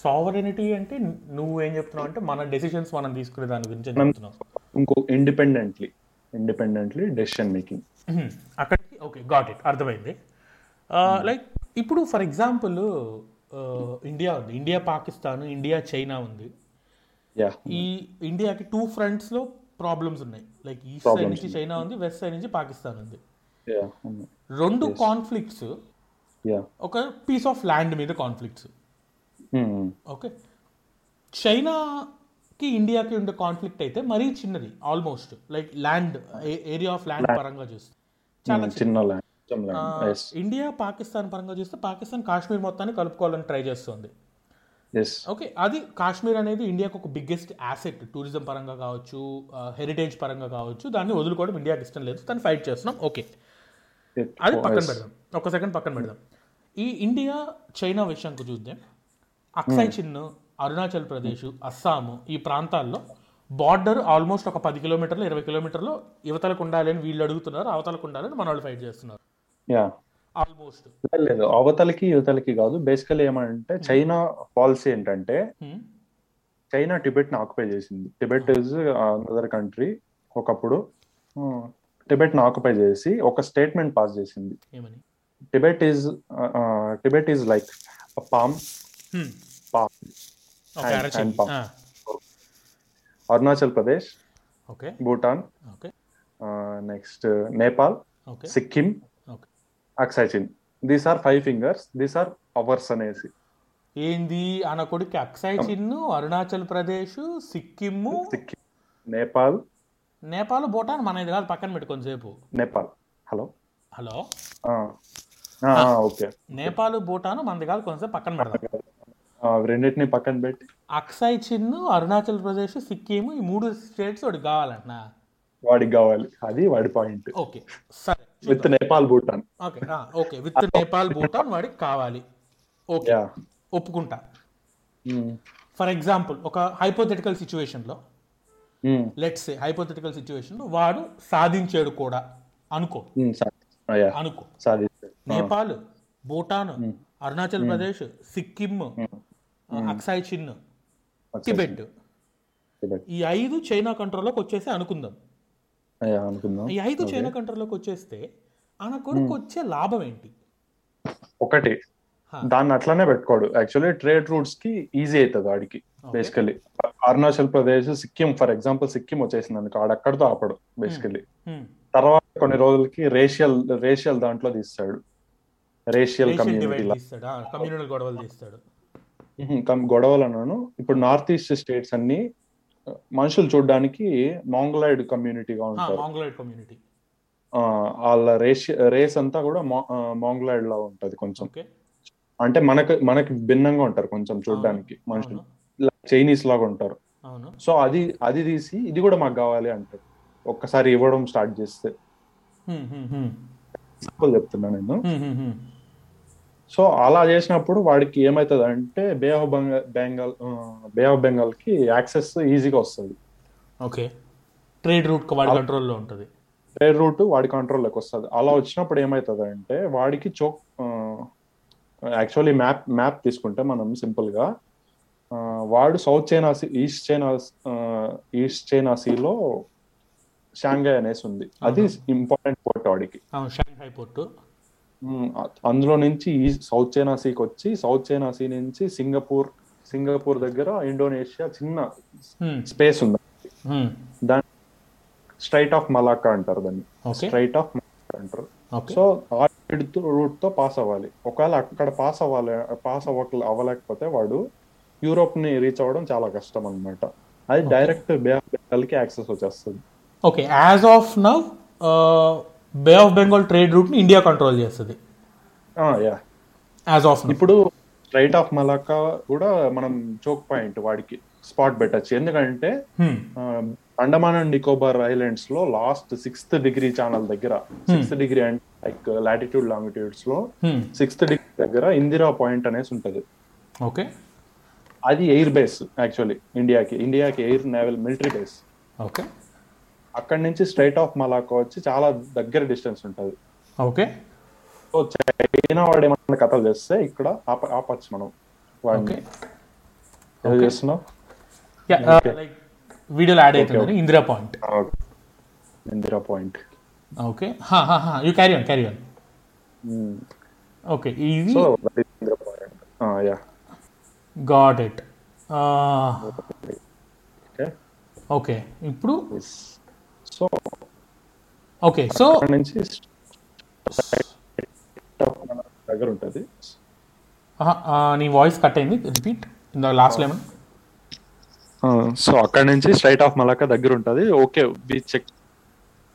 Speaker 1: సావరెనిటీ అంటే నువ్వు ఏం చెప్తున్నావు అంటే మన డెసిషన్స్ మనం తీసుకునే దాని గురించి అని చెప్తున్నావు
Speaker 2: ఇంకో independently independently decision making
Speaker 1: hmm. అక్కడికి ఓకే గాట్ ఇట్ అర్థమైంది లైక్ ఇప్పుడు ఫర్ ఎగ్జాంపుల్ ఇండియా ఉంది ఇండియా పాకిస్తాన్ ఇండియా చైనా ఉంది
Speaker 2: యా
Speaker 1: ఈ ఇండియాకి టూ ఫ్రంట్స్లో ప్రాబ్లమ్స్ ఉన్నాయి లైక్ ఈస్ట్ సైడ్
Speaker 2: Problems
Speaker 1: నుంచి చైనా ఉంది వెస్ట్ సైడ్ నుంచి పాకిస్తాన్ ఉంది
Speaker 2: యా
Speaker 1: రెండు కాన్ఫ్లిక్ట్స్
Speaker 2: యా
Speaker 1: ఒక పీస్ ఆఫ్ ల్యాండ్ మీద కాన్ఫ్లిక్ట్స్
Speaker 2: Hmm.
Speaker 1: ఓకే చైనాకి ఇండియాకి ఉండే కాన్ఫ్లిక్ట్ అయితే మరీ చిన్నది almost like land area of land పరంగా చూస్తే చాలా
Speaker 2: Hmm. చిన్న ల్యాండ్
Speaker 1: ఆ,
Speaker 2: ల్యాండ్ ఎస్
Speaker 1: ఇండియా పాకిస్తాన్ పరంగా చూస్తే పాకిస్తాన్ కాశ్మీర్ మొత్తాన్ని కలుపుకోవాలని ట్రై చేస్తుంది
Speaker 2: ఎస్
Speaker 1: ఓకే అది కాశ్మీర్ అనేది ఇండియాకు ఒక బిగ్గెస్ట్ యాసెట్ టూరిజం పరంగా కావచ్చు హెరిటేజ్ పరంగా కావచ్చు దాన్ని వదులుకోవడం ఇండియాకి ఇష్టం లేదు దాన్ని ఫైట్ చేస్తున్నాం ఓకే అది
Speaker 2: Oh,
Speaker 1: పక్కన పెడదాం ఒక సెకండ్ పక్కన పెడదాం ఈ ఇండియా చైనా విషయంకు చూద్దాం అక్సై చిన్ అరుణాచల్ ప్రదేశ్ అస్సాము ఈ ప్రాంతాల్లో బార్డర్ ఆల్మోస్ట్ ఒక పది కిలోమీటర్లు ఇరవై కిలోమీటర్లు యువతలకు ఉండాలని వీళ్ళు అడుగుతున్నారు అవతలకు ఉండాలని మన వాళ్ళు ఫైట్ చేస్తున్నారు
Speaker 2: యా
Speaker 1: ఆల్మోస్ట్
Speaker 2: లేదు అవతలకి యువతలకి కాదు బేసికల్ ఏమంటే
Speaker 1: Hmm.
Speaker 2: చైనా పాలసీ ఏంటంటే చైనా టిబెట్ ని ఆక్యుపై చేసింది Tibet
Speaker 1: Hmm.
Speaker 2: Is other country ఒకప్పుడు టిబెట్ ని ఆక్యుపై చేసి ఒక స్టేట్మెంట్ పాస్ చేసింది
Speaker 1: ఏమని
Speaker 2: Tibet is Tibet is like palm palm
Speaker 1: okay
Speaker 2: And-
Speaker 1: అరచేయి
Speaker 2: and palm. Arunachal Pradesh
Speaker 1: okay
Speaker 2: Bhutan
Speaker 1: okay
Speaker 2: next Nepal
Speaker 1: okay
Speaker 2: Sikkim
Speaker 1: okay
Speaker 2: Aksai Chin these are five fingers these are ours అనేసి
Speaker 1: ఏంది అన్న కొడుకు అక్సై చిన్ను అరుణాచల్ ప్రదేశ్ సిక్కిము
Speaker 2: సిక్కిం నేపాల్
Speaker 1: నేపాల్ భూటాన్ మనది కాదు పక్కన పెట్టు కొంతసేపు
Speaker 2: Nepal hello
Speaker 1: hello
Speaker 2: okay
Speaker 1: Nepal Bhutan మనది కాదు కొంతసేపు పక్కన పెడదాం
Speaker 2: రెండింటిని పక్కన పెట్టి
Speaker 1: అక్సై చిన్ను అరుణాచల్ ప్రదేశ్ సిక్కిము ఈ మూడు స్టేట్స్ ఒకటి కావాలంటున్నా
Speaker 2: వాడికి కావాలి అది వాడి పాయింట్
Speaker 1: ఓకే సరే
Speaker 2: విత్ నేపాల్ భూటాన్
Speaker 1: ఓకే ఆ, ఓకే విత్ నేపాల్ భూటాన్ వాడికి కావాలి ఓకే
Speaker 2: యా
Speaker 1: ఒప్పుకుంటా
Speaker 2: Hmm.
Speaker 1: ఫర్ ఎగ్జాంపుల్ ఒక హైపోథెటికల్ సిచ్యువేషన్లో
Speaker 2: Hmm.
Speaker 1: లెట్స్ హైపోథెటికల్ సిచ్యువేషన్ వాడు సాధించాడు కూడా అనుకో
Speaker 2: Hmm, యా
Speaker 1: అనుకో
Speaker 2: సాధిస్తారు
Speaker 1: నేపాల్ భూటాన్ అరుణాచల్ ప్రదేశ్ సిక్కిం
Speaker 2: Hmm.
Speaker 1: అక్సాయ్ చిన్ టిబెట్ ఈ ఐదు చైనా కంట్రోల్లోకి వచ్చేసి అనుకుందాం
Speaker 2: యా అనుకుందాం
Speaker 1: ఈ ఐదు చైనా కంట్రోల్లోకి వచ్చేస్తే ఆయన కొడుకు వచ్చే లాభం ఏంటి
Speaker 2: ఒకటి దాన్ని అట్లానే పెట్టుకోడు యాక్చువల్లీ ట్రేడ్ రూట్స్ కి ఈజీ అవుతుంది వాడికి basically Arunachal Pradesh Sikkim for example Sikkim వచ్చేసింది అనుకో ఆడక్కడితో ఆపడు బేసికల్లీ
Speaker 1: Hmm.
Speaker 2: తర్వాత కొన్ని రోజులకి రేషియల్ రేషియల్ దాంట్లో తీస్తాడు
Speaker 1: Racial
Speaker 2: రేషియల్
Speaker 1: divide
Speaker 2: కమ్యూనిటీ
Speaker 1: తీస్తాడు కమ్యూనల్ గొడవలు తీస్తాడు
Speaker 2: గొడవలు అన్నాను ఇప్పుడు నార్త్ ఈస్ట్ స్టేట్స్ అన్ని మనుషులు చూడడానికి మాంగ్లాయిడ్ కమ్యూనిటీగా
Speaker 1: Ah,
Speaker 2: ఉంటారు
Speaker 1: మాంగ్లాయిడ్ కమ్యూనిటీ
Speaker 2: ఆ, వాళ్ళ రేష్ రేస్ అంతా కూడా మాంగ్లాయిడ్ లా ఉంటది కొంచెం
Speaker 1: ఓకే
Speaker 2: అంటే మనకు మనకి భిన్నంగా ఉంటారు కొంచెం చూడడానికి మనుషులు చైనీస్ లాగా ఉంటారు
Speaker 1: అవును
Speaker 2: సో అది అది తీసి ఇది కూడా మాకు కావాలి అంటాడు ఒక్కసారి ఇవ్వడం స్టార్ట్ చేస్తే
Speaker 1: Hmm, hmm, hmm.
Speaker 2: ఎగ్జాంపుల్ చెప్తున్నా నేను
Speaker 1: Hmm, hmm, hmm.
Speaker 2: సో అలా చేసినప్పుడు వాడికి ఏమవుతుంది అంటే bay of Bengal Bengal bay of Bengal కి యాక్సెస్ ఈజీగా వస్తుంది
Speaker 1: ఓకే ట్రేడ్ రూట్ వాడి కంట్రోల్లో ఉంటుంది
Speaker 2: ట్రేడ్ రూట్ వాడి కంట్రోల్లోకి వస్తుంది అలా వచ్చినప్పుడు ఏమవుతుంది అంటే వాడికి చోక్ యాక్చువల్లీ మ్యాప్ మ్యాప్ తీసుకుంటే మనం సింపుల్ గా ఆ, వాడు south China sea east China ఆ, ఈస్ట్ చైనా సీలో షాంఘై అనేసి ఉంది అది ఇంపార్టెంట్ పోర్ట్ వాడికి
Speaker 1: అవును షాంఘై పోర్టు
Speaker 2: ఉమ్, అ- అందులో నుంచి ఈ సౌత్ చైనా సీకి వచ్చి సౌత్ చైనా సీ నుంచి సింగపూర్ సింగపూర్ దగ్గర ఇండోనేషియా చిన్న
Speaker 1: Hmm.
Speaker 2: స్పేస్ ఉంది దాని స్ట్రైట్ ఆఫ్ మలాకా అంటారు దాన్ని
Speaker 1: ఓకే
Speaker 2: స్ట్రైట్ ఆఫ్ మలాకా అంటారు
Speaker 1: ఓకే
Speaker 2: సో ఆ రూట్ తో పాస్ అవ్వాలి ఒకవేళ అక్కడ పాస్ అవ్వాలి పాస్ అవ్వక అవ్వలేకపోతే వాడు యూరోప్ ని రీచ్ అవ్వడం చాలా కష్టం అన్నమాట అది డైరెక్ట్ బే ఆఫ్ బెంగాల్కి యాక్సెస్ వచ్చేస్తుంది
Speaker 1: okay as of now uh, bay of Bengal trade రూట్ని ఇండియా కంట్రోల్ చేస్తుంది
Speaker 2: ఆ, యా
Speaker 1: యాజ్ ఆఫ్ నవ్
Speaker 2: ఇప్పుడు స్ట్రైట్ ఆఫ్ మలాకా కూడా మనం చోక్ పాయింట్ వాడికి స్పాట్ పెట్టచ్చు ఎందుకంటే ఆ, అండమాన్ అండ్ నికోబార్ ఐలాండ్స్ లో లాస్ట్ సిక్స్త్ డిగ్రీ ఛానల్ దగ్గర sixth degree and like latitude longitudes లో సిక్స్త్ డిగ్రీ దగ్గర ఇందిరా పాయింట్ అనేసి ఉంటది
Speaker 1: ఓకే
Speaker 2: అది ఎయిర్ బేస్ యాక్చువల్లీ ఇండియాకి ఇండియాకి air naval military base
Speaker 1: okay
Speaker 2: అక్కడ నుంచి స్ట్రైట్ ఆఫ్ మలాకా వచ్చి చాలా దగ్గర డిస్టెన్స్ ఉంటుంది
Speaker 1: ఓకే
Speaker 2: సో చైనా వాడు ఏమన్నా కథలు చేస్తే ఇక్కడ ఆప ఆపచ్చు మనం వాడిని
Speaker 1: ఓకే
Speaker 2: ఏదో చేస్తున్నాం
Speaker 1: లైక్ వీడియోలో యాడ్ అవుతుంది Indira point
Speaker 2: Indira point
Speaker 1: okay you carry on carry on
Speaker 2: Hmm.
Speaker 1: Okay ఇది
Speaker 2: so Indira point Ah, yeah
Speaker 1: got it Uh,
Speaker 2: okay
Speaker 1: okay ఇప్పుడు
Speaker 2: సో
Speaker 1: ఓకే సో
Speaker 2: అక్కడ నుంచి దగ్గర ఉంటుంది
Speaker 1: uh, నీ వాయిస్ కట్ అయింది రిపీట్ ఇందా లాస్ట్ లెమన్
Speaker 2: సో అక్కడ Ah, నుంచి స్ట్రైట్ ఆఫ్ మలాకా దగ్గర ఉంటుంది ఓకే వి చెక్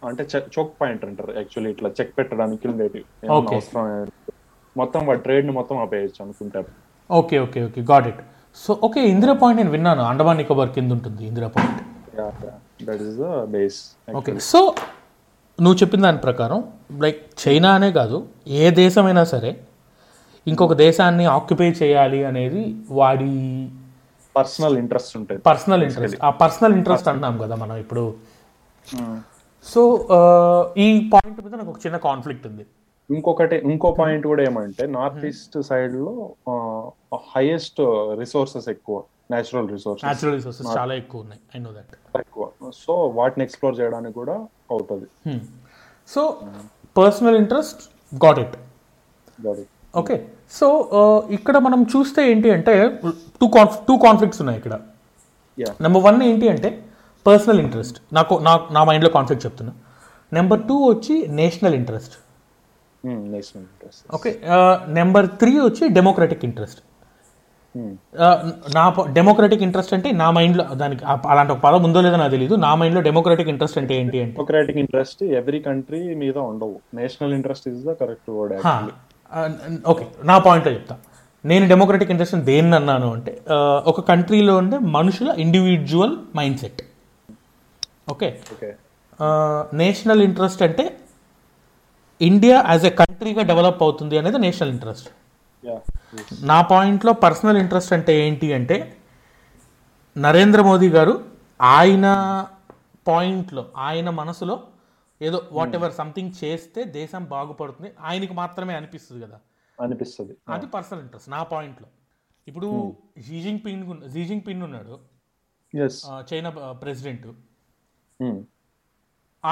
Speaker 2: అంటే చోక్ పాయింట్ అంటారు యాక్చువల్లీ ఇట్లా చెక్ పెట్టడానికి ఉండేటివి ఏమన్నా
Speaker 1: Okay.
Speaker 2: అవసరం మొత్తం వాడి ట్రేడ్ ని మొత్తం ఆపేయచ్చు అనుకుంటారు
Speaker 1: okay okay okay got it so okay Indira point నేను విన్నాను అండమాన్ నికోబార్ కింద ఉంటుంది Indira point
Speaker 2: that is the base
Speaker 1: okay so నువ్వు చెప్పిన దాని ప్రకారం లైక్ చైనా అనే కాదు ఏ దేశమైనా సరే ఇంకొక దేశాన్ని ఆక్యుపై చేయాలి అనేది వాడి
Speaker 2: పర్సనల్ ఇంట్రెస్ట్ ఉంటుంది
Speaker 1: పర్సనల్ ఇంట్రెస్ట్ ఆ పర్సనల్ ఇంట్రెస్ట్ అంటున్నాం కదా మనం ఇప్పుడు
Speaker 2: Hmm.
Speaker 1: సో ఆ, ఈ పాయింట్ మీద నాకు ఒక చిన్న కాన్ఫ్లిక్ట్ ఉంది
Speaker 2: ఇంకొకటి ఇంకో పాయింట్ కూడా ఏమంటే నార్త్ ఈస్ట్ సైడ్ లో హైయెస్ట్ రిసోర్సెస్ ఎక్కువ నేచురల్ రిసోర్సెస్
Speaker 1: న్యాచురల్ రిసోర్సెస్ చాలా ఎక్కువ ఉన్నాయి ఐ నో దట్
Speaker 2: ఎక్కువ సో వాటిని ఎక్స్ప్లోర్ చేయడానికి కూడా అవుతుంది
Speaker 1: Hmm. So personal interest got it okay so uh, ఇక్కడ మనం చూస్తే ఏంటి అంటే టూ కాన్ఫ్ టూ కాన్ఫ్లిక్ట్స్ ఉన్నాయి ఇక్కడ
Speaker 2: Yeah.
Speaker 1: నెంబర్ వన్ ఏంటి అంటే పర్సనల్ ఇంట్రెస్ట్ నాకు నా నా మైండ్లో కాన్ఫ్లిక్ట్ చెప్తున్నా నెంబర్ టూ వచ్చి national interest
Speaker 2: national interest
Speaker 1: okay number three వచ్చి డెమోక్రటిక్ ఇంట్రెస్ట్ నా డెమోక్రటిక్ ఇంట్రెస్ట్ అంటే నా మైండ్లో దానికి ఆ- అలాంటి ఒక పదం ఉందో లేదో నాకు తెలియదు నా మైండ్లో డెమోక్రటిక్ ఇంట్రెస్ట్ అంటే ఏంటి అంటే
Speaker 2: డెమోక్రాటిక్ ఇంట్రెస్ట్ ఎవ్రీ కంట్రీ మీద ఉండవు national interest is the correct word
Speaker 1: హా, ఆ, ఓకే నా పాయింట్లో చెప్తా నేను డెమోక్రటిక్ ఇంట్రెస్ట్ దేన్ని అన్నాను అంటే ఆ, ఒక కంట్రీలో ఉండే మనుషుల individual mindset okay
Speaker 2: okay
Speaker 1: national interest అంటే ఇండియా యాజ్ ఎ కంట్రీగా డెవలప్ అవుతుంది అనేది నేషనల్ ఇంట్రెస్ట్
Speaker 2: యా
Speaker 1: నా పాయింట్లో పర్సనల్ ఇంట్రెస్ట్ అంటే ఏంటి అంటే నరేంద్ర మోదీ గారు ఆయన పాయింట్లో ఆయన మనసులో ఏదో వాట్ ఎవర్ సంథింగ్ చేస్తే దేశం బాగుపడుతుంది ఆయనకి మాత్రమే అనిపిస్తుంది కదా
Speaker 2: అనిపిస్తుంది
Speaker 1: అది పర్సనల్ ఇంట్రెస్ట్ నా పాయింట్లో ఇప్పుడు Xi Jinping Xi Jinping ఉన్నాడు
Speaker 2: ఎస్
Speaker 1: ఆ, చైనా ప్రెసిడెంట్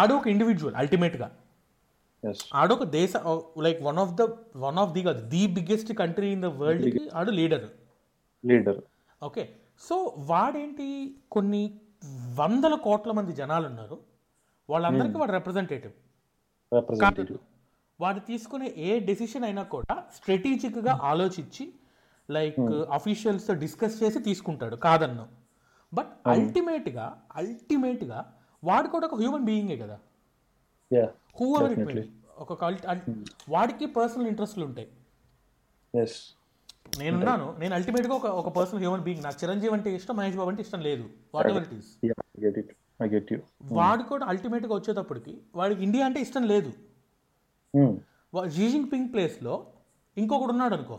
Speaker 1: ఆడు ఒక ఇండివిజువల్ అల్టిమేట్గా
Speaker 2: ఎస్
Speaker 1: ఆడు ఒక దేశ like one of the one of the కాదు the biggest country in the వరల్డ్కి ఆడు లీడర్
Speaker 2: లీడర్
Speaker 1: ఓకే సో వాడేంటి కొన్ని వందల కోట్ల మంది జనాలు ఉన్నారు వాళ్ళందరికీ వాడు రిప్రజెంటేటివ్
Speaker 2: రిప్రజెంటేటివ్
Speaker 1: వాడు తీసుకునే ఏ డెసిషన్ అయినా కూడా స్ట్రాటజిక్గా ఆలోచించి లైక్ అఫీషియల్స్తో డిస్కస్ చేసి తీసుకుంటాడు కాదన్నా బట్ అల్టిమేట్గా అల్టిమేట్గా వాడు కూడా ఒక హ్యూమన్ బీయింగే కదా
Speaker 2: yeah
Speaker 1: whoever it may ఒక cult- అల్- వాడికి పర్సనల్ ఇంట్రెస్ట్లు ఉంటాయి
Speaker 2: ఎస్
Speaker 1: నేనున్నాను నేను అల్టిమేట్గా ఒక ఒక పర్సనల్ హ్యూమన్ బీయింగ్ నాకు చిరంజీవి అంటే ఇష్టం మహేష్ బాబు అంటే ఇష్టం లేదు whatever it is
Speaker 2: yeah I get it I get you
Speaker 1: వాడు కూడా అల్టిమేట్గా వచ్చేటప్పటికి వాడికి ఇండియా అంటే ఇష్టం లేదు జీ జింగ్ పింగ్ ప్లేస్లో ఇంకొకడు ఉన్నాడు అనుకో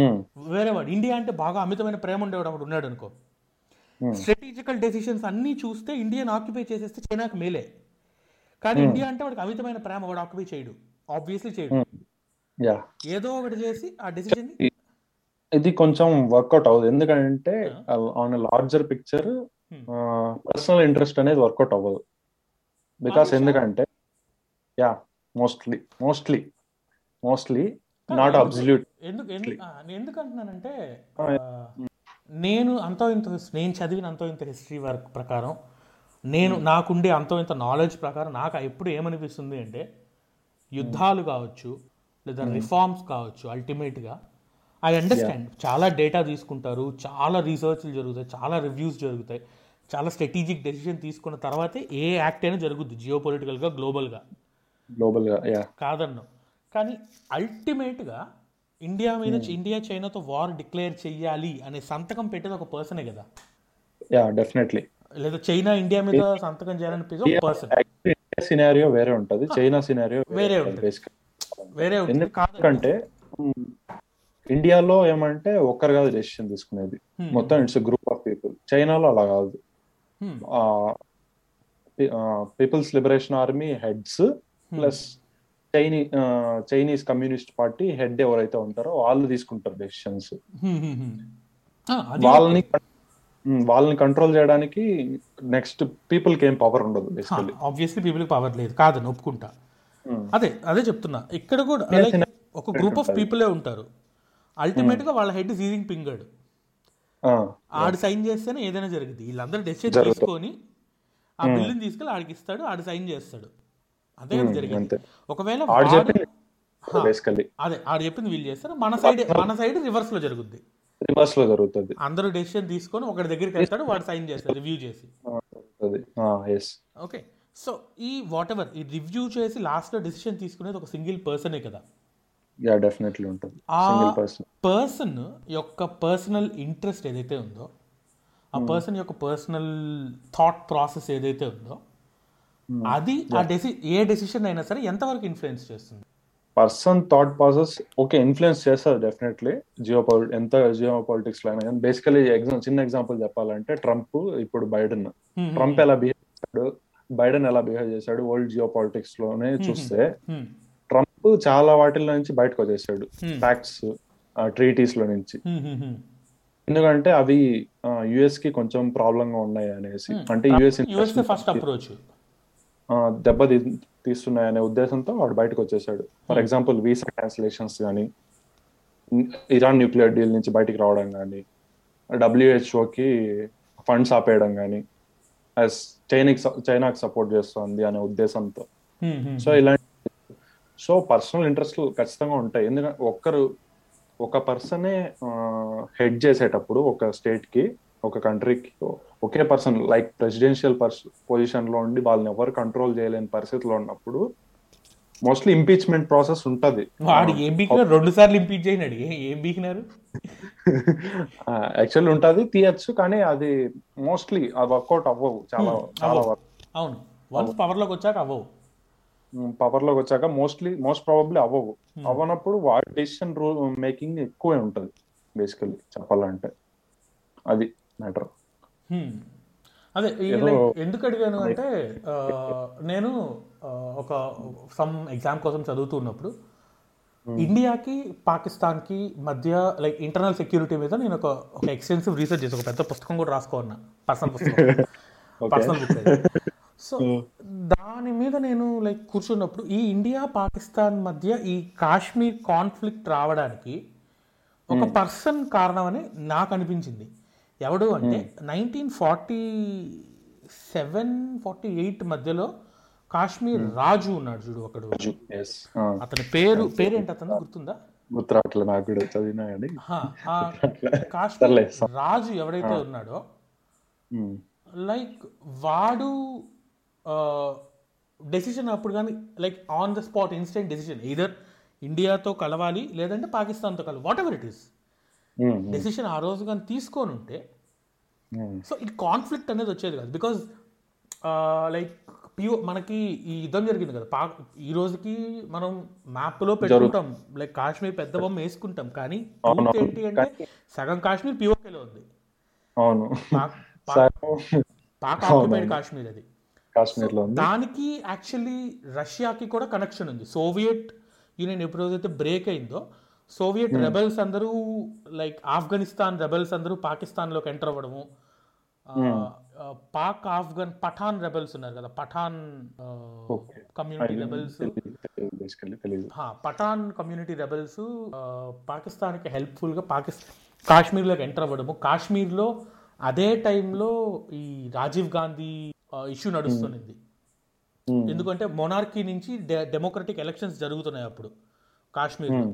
Speaker 2: ఉమ్,
Speaker 1: వేరేవాడు ఇండియా అంటే బాగా అమితమైన ప్రేమ ఉండేవాడు ఒకడు ఉన్నాడు అనుకో
Speaker 2: Hmm.
Speaker 1: స్ట్రాటజికల్ డెసిషన్స్ అన్నీ చూస్తే ఇండియాని ఆక్యుపై చేసేస్తే చైనాకు మేలే కానీ ఇండియా అంటే వాడికి అమితమైన ప్రేమ వాడు ఆక్యుపై చేయడు ఆబ్వియస్లీ చేయడు
Speaker 2: ఉమ్. యా
Speaker 1: ఏదో ఒకటి చేసి ఆ డెసిషన్
Speaker 2: ఇది కొంచెం వర్కౌట్ అవ్వదు ఎందుకంటే on larger picture personal interest అనేది వర్కౌట్ అవ్వదు బికాస్
Speaker 1: Obviously.
Speaker 2: ఎందుకంటే yeah mostly mostly mostly not absolute
Speaker 1: ఎందుకు ఎందు- ఆ, నేను ఎందుకు అంటున్నానంటే ఆ, నేను అంతో ఇంత his- నేను చదివిన అంతో ఇంత హిస్టరీ వర్క్ ప్రకారం నేను నాకుండే అంతో ఇంత నాలెడ్జ్ ప్రకారం నాకు ఎప్పుడు ఏమనిపిస్తుంది అంటే యుద్ధాలు కావచ్చు లేదా రిఫార్మ్స్ కావచ్చు అల్టిమేట్గా ఐ అండర్స్టాండ్ చాలా డేటా తీసుకుంటారు చాలా రీసెర్చ్లు జరుగుతాయి చాలా రివ్యూస్ జరుగుతాయి చాలా స్ట్రాటజిక్ డెసిషన్ తీసుకున్న తర్వాతే ఏ యాక్ట్ అయినా జరుగుద్ది జియో పొలిటికల్గా గ్లోబల్గా
Speaker 2: గ్లోబల్ గా యా
Speaker 1: కాదన్ను కానీ అల్టిమేట్గా ఇండియా మీద ఇండియా చైనాతో వార్ డిక్లేర్ చేయాలి అనే సంతకం పెట్టేది ఒక పర్సనే కదా
Speaker 2: యా డెఫినెట్లీ
Speaker 1: లేదా చైనా ఇండియా మీద సంతకం చేయాలనిపించే ఒక పర్సన్
Speaker 2: సినారియో వేరే ఉంటది చైనా సినారియో
Speaker 1: వేరే ఉంటుంది.
Speaker 2: బేసిక్
Speaker 1: వేరే ఉంటుంది కాదు
Speaker 2: ఎందుకంటే ఉమ్, ఇండియాలో ఏమంటే ఒక్కరు కాదు డెసిషన్ తీసుకునేది మొత్తం ఇట్స్ గ్రూప్ ఆఫ్ పీపుల్ చైనాలో అలా కాదు
Speaker 1: Hmm.
Speaker 2: People's liberation army heads
Speaker 1: Hmm.
Speaker 2: Plus చైనీ చైనీస్ కమ్యూనిస్ట్ పార్టీ హెడ్ ఎవరైతే ఉంటారో వాళ్ళు తీసుకుంటారు డెసిషన్స్
Speaker 1: హ్మ్, హ్మ్, హ్మ్. Hmm, ఆ, అది
Speaker 2: వాళ్ళని ఉమ్, వాళ్ళని కంట్రోల్ చేయడానికి నెక్స్ట్ పీపుల్ కి ఏం పవర్ ఉండదు బేసికలీ
Speaker 1: ఆబ్వియస్లీ పీపుల్కి పవర్ లేదు కాదని ఒప్పుకుంటా అదే అదే చెప్తున్నా ఇక్కడ కూడా like ఒక గ్రూప్ ఆఫ్ పీపులే ఉంటారు అల్టిమేట్గా వాళ్ళ హెడ్ సీజింగ్ పింగడు ఆడు సైన్ చేస్తేనే ఏదైనా జరుగుద్ది వీళ్ళందరూ డెసిషన్ తీసుకొని ఆ బిల్లుని తీసుకెళ్ళి ఆడికి ఇస్తాడు ఆడు సైన్ చేస్తాడు అదే కదా జరిగింది
Speaker 2: అంతే.
Speaker 1: ఒకవేళ
Speaker 2: ఆడు
Speaker 1: వాడు-
Speaker 2: చెప్పింది బేసికలీ
Speaker 1: అదే ఆడు చెప్పింది వీళ్ళు చేస్తారు మన సైడ్ మన సైడ్ రివర్స్ లో జరుగుద్ది
Speaker 2: రివర్స్ లో జరుగుతుంది
Speaker 1: అందరూ డెసిషన్ తీసుకొని ఒకటి దగ్గరికి వెళ్తాడు వాడు సైన్ చేస్తాడు రివ్యూ చేసి
Speaker 2: ఎస్
Speaker 1: ఓకే సో ఈ వాట్ ఎవర్ ఈ రివ్యూ చేసి లాస్ట్ లో డెసిషన్ తీసుకునేది ఒక సింగిల్ పర్సనే కదా
Speaker 2: యా డెఫినెట్లీ ఉంటుంది
Speaker 1: ఆ
Speaker 2: సింగిల్ పర్సన్
Speaker 1: పర్సన్ యొక్క పర్సనల్ ఇంట్రెస్ట్ ఏదైతే ఉందో ఆ పర్సన్ యొక్క పర్సనల్ థాట్ ప్రాసెస్ ఏదైతే ఉందో అది ఆ డెసి ఏ డెసిషన్ అయినా సరే ఎంతవరకు ఇన్ఫ్లుయెన్స్ చేస్తుంది
Speaker 2: person thought process okay influence చేస్తారు డెఫినెట్లీ జియో ఎంత జియో పాలిటిక్స్ లో అయినా కానీ బేసికలీ ఎగ్జామ్ చిన్న ఎగ్జాంపుల్ చెప్పాలంటే ట్రంప్ ఇప్పుడు బైడెన్ ట్రంప్ ఎలా బిహేవ్ చేశాడు బైడెన్ ఎలా బిహేవ్ చేశాడు వరల్డ్ జియో పాలిటిక్స్ లోనే చూస్తే
Speaker 1: Hmm.
Speaker 2: ట్రంప్ చాలా వాటిల్లో నుంచి బయటకు వచ్చేసాడు ఫ్యాక్ట్స్ ట్రీటీస్ లో నుంచి
Speaker 1: హ్మ్, హ్మ్, హ్మ్.
Speaker 2: ఎందుకంటే అవి యుఎస్ కి కొంచెం ప్రాబ్లం గా ఉన్నాయి అనేసి
Speaker 1: Hmm.
Speaker 2: అంటే యుఎస్
Speaker 1: యుఎస్ఏ ఫస్ట్ అప్రోచ్
Speaker 2: దెబ్బ తీ- తీస్తున్నాయనే ఉద్దేశంతో వాడు బయటకు వచ్చేసాడు ఫర్ ఎగ్జాంపుల్ వీసా క్యాన్సిలేషన్స్ కానీ ఇరాన్ న్యూక్లియర్ డీల్ నుంచి బయటికి రావడం కానీ డబ్ల్యూహెచ్ఓకి ఫండ్స్ ఆపేయడం కానీ యాజ్ చైనాకి స- చైనాకి సపోర్ట్ చేస్తుంది అనే ఉద్దేశంతో
Speaker 1: Hmm,
Speaker 2: సో ఇలాంటి సో పర్సనల్ ఇంట్రెస్ట్లు ఖచ్చితంగా ఉంటాయి ఎందుకంటే ఒక్కరు ఒక పర్సనే హెడ్ చేసేటప్పుడు ఒక స్టేట్ కి ఒక కంట్రీకి ఒకే పర్సన్ లైక్ ప్రెసిడెన్షియల్ పొజిషన్ లో ఉండి వాళ్ళని ఎవరు కంట్రోల్ చేయలేని పరిస్థితిలో ఉన్నప్పుడు మోస్ట్లీ ఇంపీచ్మెంట్ ప్రాసెస్ ఉంటది
Speaker 1: వాడు ఏం బీకినారు రెండు సార్లు ఇంపీట్ చేయనాడు ఏ- ఏం బీకినారు
Speaker 2: యాక్చువల్లీ ఉంటది తీయచ్చు కానీ అది మోస్ట్లీ ఆ వర్కౌట్ అవ్వవు చాలా చాలా
Speaker 1: అవును వన్స్ పవర్ లోకి వచ్చాక అవ్వవు
Speaker 2: పవర్ లోకి వచ్చాక మోస్ట్లీ మోస్ట్ ప్రాబబ్లీ అవ్వవు అవ్వనప్పుడు వాడి డెసిషన్ రూల్ మేకింగ్ ఎక్కువే ఉంటది బేసికల్లీ చెప్పాలంటే అది మ్యాటర్
Speaker 1: Hmm. అదే ఈ like ఎందుకు అడిగాను అంటే ఆ, నేను ఆ, ఒక సమ్ ఎగ్జామ్ కోసం చదువుతూ ఉన్నప్పుడు ఇండియాకి పాకిస్తాన్కి మధ్య లైక్ ఇంటర్నల్ సెక్యూరిటీ మీద నేను ఒక ఒక ఎక్స్టెన్సివ్ రీసెర్చ్ చేసి ఒక పెద్ద పుస్తకం కూడా రాసుకోన్నా పర్సనల్ పుస్తకం పర్సనల్ బుక్ సో దాని మీద నేను లైక్ కూర్చున్నప్పుడు ఈ ఇండియా పాకిస్తాన్ మధ్య ఈ కాశ్మీర్ కాన్ఫ్లిక్ట్ రావడానికి ఒక పర్సన్ కారణం అని నాకు అనిపించింది ఎవడు అంటే nineteen forty seven forty eight మధ్యలో కాశ్మీర్ రాజు ఉన్నాడు చూడు ఒకడు
Speaker 2: ఎస్
Speaker 1: అతని పేరు పేరేంటి అతను గుర్తుందా
Speaker 2: గుర్తురాట్లే నాకు కూడా చదివినా కానీ
Speaker 1: హా, ఆ కాశ్మీర్ రాజు ఎవడైతే ఉన్నాడో
Speaker 2: ఉమ్,
Speaker 1: లైక్ వాడు డెసిషన్ అప్పుడు కానీ like on the spot instant decision either ఇండియాతో కలవాలి లేదంటే పాకిస్తాన్తో కలవాలి whatever it is
Speaker 2: um,
Speaker 1: decision ఆ రోజు కానీ తీసుకొని ఉంటే
Speaker 2: ఉమ్,
Speaker 1: సో ఈ కాన్ఫ్లిక్ట్ అనేది వచ్చేది కాదు బికాజ్ లైక్ పియో మనకి ఈ యుద్ధం జరిగింది కదా పాక్ ఈ రోజుకి మనం మ్యాప్లో పెట్టుకుంటాం లైక్ కాశ్మీర్ పెద్ద బొమ్మ వేసుకుంటాం కానీ
Speaker 2: అవును.
Speaker 1: truth ఏంటి అంటే సగం కాశ్మీర్ పిఓకేలో ఉంది
Speaker 2: అవును
Speaker 1: పాక్ పాక్
Speaker 2: సగం
Speaker 1: పాక్ ఆక్యుపైడ్ కాశ్మీర్ అది
Speaker 2: కాశ్మీర్ లో ఉంది
Speaker 1: దానికి యాక్చువల్లీ రష్యాకి కూడా కనెక్షన్ ఉంది సోవియట్ యూనియన్ ఎప్పుడైతే బ్రేక్ అయిందో సోవియట్ రెబల్స్ అందరూ లైక్ ఆఫ్ఘనిస్తాన్ రెబల్స్ అందరూ పాకిస్తాన్లోకి ఎంటర్ అవ్వడము ఆ, ఆ, పాక్ ఆఫ్ఘన్ పఠాన్ రెబల్స్ ఉన్నారు కదా పఠాన్
Speaker 2: Okay.
Speaker 1: కమ్యూనిటీ రెబల్స్
Speaker 2: తెలియదు basically, తెలియదు
Speaker 1: పఠాన్ కమ్యూనిటీ రెబల్స్ పాకిస్తాన్కి హెల్ప్ఫుల్గా పాకిస్తాన్ కాశ్మీర్లోకి ఎంటర్ అవ్వడము కాశ్మీర్లో అదే టైంలో ఈ రాజీవ్ గాంధీ ఇష్యూ నడుస్తుంది
Speaker 2: Hmm.
Speaker 1: ఎందుకంటే మొనార్కీ నుంచి డె- డెమోక్రటిక్ ఎలక్షన్స్ జరుగుతున్నాయి అప్పుడు
Speaker 2: Hmm.
Speaker 1: కాశ్మీర్లో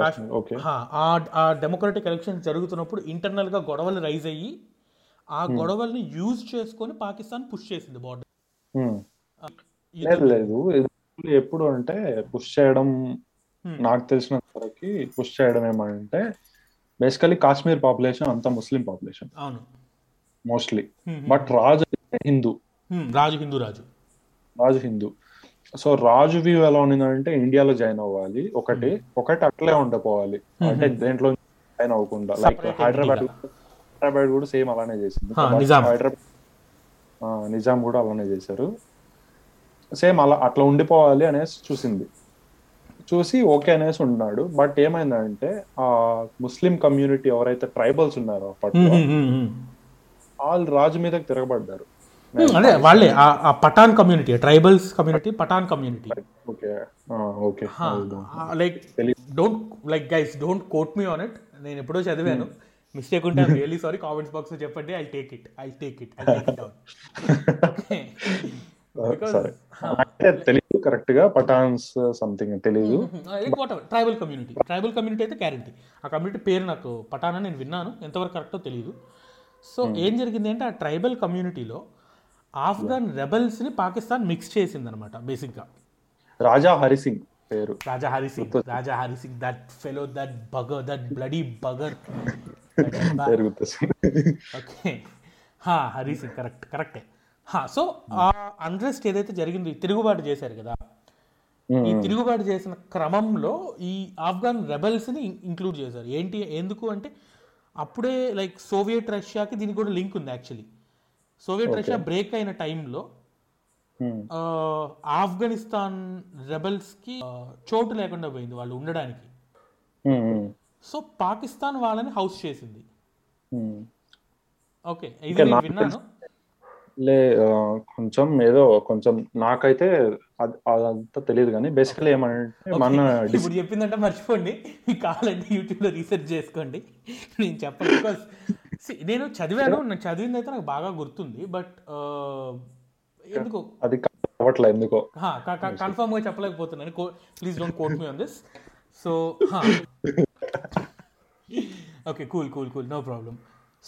Speaker 2: కాశ్మీర్ ఓకే
Speaker 1: హా, ఆ- ఆ డెమోక్రటిక్ ఎలక్షన్స్ జరుగుతున్నప్పుడు ఇంటర్నల్గా గొడవలు రైజ్ అయ్యి ఆ
Speaker 2: Hmm.
Speaker 1: గొడవల్ని యూజ్ చేసుకొని పాకిస్తాన్ పుష్ చేసింది బార్డర్
Speaker 2: లేదు లేదు ఇది ఎప్పుడు అంటే పుష్ చేయడం నాకు తెలిసిన వరకు పుష్ చేయడం ఏమంటే బేసికలీ కాశ్మీర్ పాపులేషన్ అంతా ముస్లిం పాపులేషన్
Speaker 1: అవును
Speaker 2: మోస్ట్లీ
Speaker 1: Hmm.
Speaker 2: బట్ రాజు అయితే హిందూ
Speaker 1: హ్మ్, రాజు హిందూ రాజు
Speaker 2: రాజు హిందూ సో రాజు వ్యూ ఎలా ఉండిందంటే ఇండియాలో జాయిన్ అవ్వాలి ఒకటి ఒకటి అట్లే ఉండపోవాలి అంటే దేంట్లో జాయిన్ అవ్వకుండా like
Speaker 1: Separate
Speaker 2: Hyderabad
Speaker 1: entity
Speaker 2: Hyderabad కూడా సేమ్ అలానే చేసింది
Speaker 1: హా, నిజాం.
Speaker 2: హైదరాబాద్ ఆ, నిజాం కూడా అలానే చేశారు సేమ్ అలా అట్లా ఉండిపోవాలి అనేసి చూసింది చూసి ఓకే అనేసి ఉన్నాడు బట్ ఏమైందంటే ఆ ముస్లిం కమ్యూనిటీ ఎవరైతే ట్రైబల్స్ ఉన్నారో అప్పట్లో
Speaker 1: హ్మ్, హ్మ్, హ్మ్.
Speaker 2: వాళ్ళు రాజు మీదకి తిరగబడ్డారు
Speaker 1: Hmm, అదే వాళ్ళే ఆ- ఆ Pathan community tribals community Pathan community
Speaker 2: okay ఆ, ఓకే
Speaker 1: లైక్
Speaker 2: తెలీదు.
Speaker 1: Don't like guys don't quote me on it నేను ఎప్పుడో చదివాను మిస్టేక్ ఉంటే రియల్లీ సారీ కామెంట్స్ బాక్స్ లో చెప్పండి I take it I take it I take it down
Speaker 2: సరే అంటే తెలియదు కరెక్ట్ గా పఠాన్స్ సంథింగ్ తెలియదు
Speaker 1: Hmm. Whatever tribal community tribal community అయితే గ్యారంటీ ఆ కమ్యూనిటీ పేరు నాకు పటానా నేను విన్నాను ఎంతవరకు కరెక్టో తెలియదు సో ఏం జరిగింది అంటే ఆ ట్రైబల్ కమ్యూనిటీలో ఆఫ్ఘన్ రెబల్స్ని పాకిస్తాన్ మిక్స్ చేసిందనమాట బేసిక్గా
Speaker 2: రాజా హరిసింగ్ పేరు
Speaker 1: Raja Hari Singh Raja Hari Singh that fellow that bugger that bloody bugger
Speaker 2: పేరు గుర్తొస్తుంది
Speaker 1: ఓకే హా హరి సింగ్ కరెక్ట్ కరెక్టే హా సో ఆ అన్రెస్ట్ ఏదైతే జరిగిందో ఈ తిరుగుబాటు చేశారు కదా ఈ తిరుగుబాటు చేసిన క్రమంలో ఈ ఆఫ్ఘన్ ని ఇంక్లూడ్ చేశారు ఏంటి ఎందుకు అంటే అప్పుడే లైక్ సోవియట్ రష్యాకి దీనికి కూడా లింక్ ఉంది యాక్చువల్లీ సోవియట్ రష్యా బ్రేక్ అయిన టైంలో
Speaker 2: Hmm.
Speaker 1: ఆ, ఆఫ్ఘనిస్తాన్ రెబల్స్కి చోటు లేకుండా పోయింది వాళ్ళు ఉండడానికి
Speaker 2: Hmm, hmm,
Speaker 1: సో పాకిస్తాన్ వాళ్ళని హౌస్ చేసింది
Speaker 2: hmm.
Speaker 1: ఓకే ఇది నేను విన్నాను
Speaker 2: లే ఆ, కొంచెం ఏదో కొంచెం నాకైతే అద్- అదంతా తెలియదు కానీ బేసికలీ ఏమంటే మన
Speaker 1: ఇప్పుడు చెప్పిందంటే మర్చిపోండి మీకు కావాలంటే యూట్యూబ్లో రీసెర్చ్ చేసుకోండి నేను చెప్పను బికాస్ నేను చదివాను నేను చదివింది అయితే నాకు బాగా గుర్తుంది బట్ ఎందుకు
Speaker 2: అది కావట్లే ఎందుకో
Speaker 1: కన్ఫర్మ్గా చెప్పలేకపోతున్నాను please don't quote me on this so okay cool cool cool no problem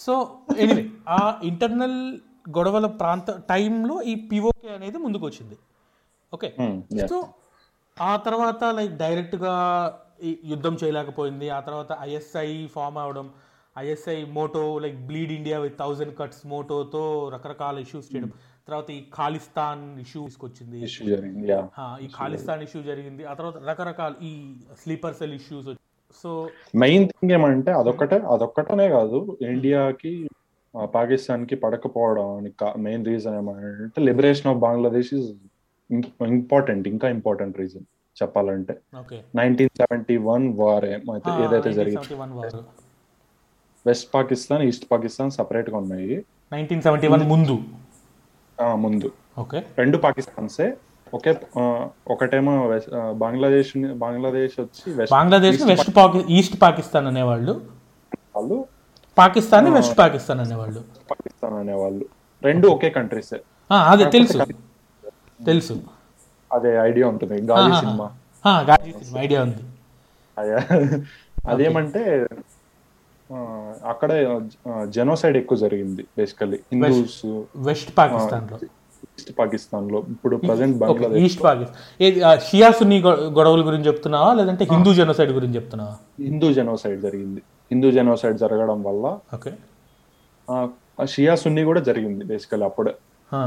Speaker 1: so anyway ఆ ఇంటర్నల్ గొడవల ప్రాంత టైంలో ఈ పిఓకే అనేది ముందుకు వచ్చింది ఓకే
Speaker 2: Hmm, yeah.
Speaker 1: సో ఆ తర్వాత లైక్ డైరెక్ట్గా యుద్ధం చేయలేకపోయింది ఆ తర్వాత ఐఎస్ఐ ఫామ్ అవడం ISI motto like bleed India with thousand cuts మోటోతో రకరకాల ఇష్యూస్ చేయడం తర్వాత ఈ ఖాళిస్తాన్ ఇష్యూ తీసుకొచ్చింది
Speaker 2: ఇష్యూ జరిగింది యా
Speaker 1: ఆ, ఈ ఖాళిస్తాన్ ఇష్యూ జరిగింది ఆ తర్వాత రకరకాల ఈ sleeper cell issues so
Speaker 2: main thing ఏమంటే అదొక్కటే అదొక్కటనే కాదు ఇండియాకి ఆ, పాకిస్తాన్కి పడకపోవడానికి మెయిన్ రీజన్ ఏమంటే liberation of Bangladesh is important ఇంకా ఇంపార్టెంట్ రీజన్ చెప్పాలంటే
Speaker 1: okay
Speaker 2: nineteen seventy one war ఏదైతే జరిగింది
Speaker 1: seventy one war
Speaker 2: west Pakistan east Pakistan separate గా ఉన్నాయి
Speaker 1: నైన్టీన్ సెవెంటీ వన్ ముందు
Speaker 2: ఆ, ముందు
Speaker 1: ఓకే
Speaker 2: రెండు పాకిస్తాన్సే ఒకే ఆ, ఒకటేమో వెస్- ఆ, బంగ్లాదేశ్ ని- బంగ్లాదేశ్ వచ్చి వెస్ట్
Speaker 1: బంగ్లాదేశ్ వెస్ట్ పాకి ఈస్ట్ పాకిస్తాన్ అనేవాళ్ళు
Speaker 2: వాళ్ళు
Speaker 1: పాకిస్తాన్ వెస్ట్ పాకిస్తాన్ అనేవాళ్ళు
Speaker 2: పాకిస్తాన్ అనేవాళ్ళు రెండు ఒకే కంట్రీసే
Speaker 1: ఆ, అదే తెలుసు తెలుసు
Speaker 2: అదే ఐడియా ఉంటుంది గాలి సినిమా
Speaker 1: ఆ, గాజీ సినిమా ఐడియా ఉంది
Speaker 2: అదే. అదేమంటే ఆ, అక్కడ జెనోసైడ్ ఎక్కువ జరిగింది బేసికలీ హిందూస్
Speaker 1: వెస్ట్ పాకిస్తాన్ లో
Speaker 2: ఈస్ట్ పాకిస్తాన్ లో ఇప్పుడు ప్రజెంట్ బంగ్లాదేశ్
Speaker 1: ఈస్ట్ పాకిస్తాన్ ఏది, ఆ, షియా సున్ని గొ- గొడవల గురించి చెప్తున్నావా లేదంటే హిందూ జెనోసైడ్ గురించి చెప్తున్నావా
Speaker 2: హిందూ జెనోసైడ్ జరిగింది హిందూ జెనోసైడ్ జరగడం వల్ల
Speaker 1: ఓకే
Speaker 2: ఆ, ఆ షియా సున్ని కూడా జరిగింది బేసికలీ అప్పుడే
Speaker 1: ఆ.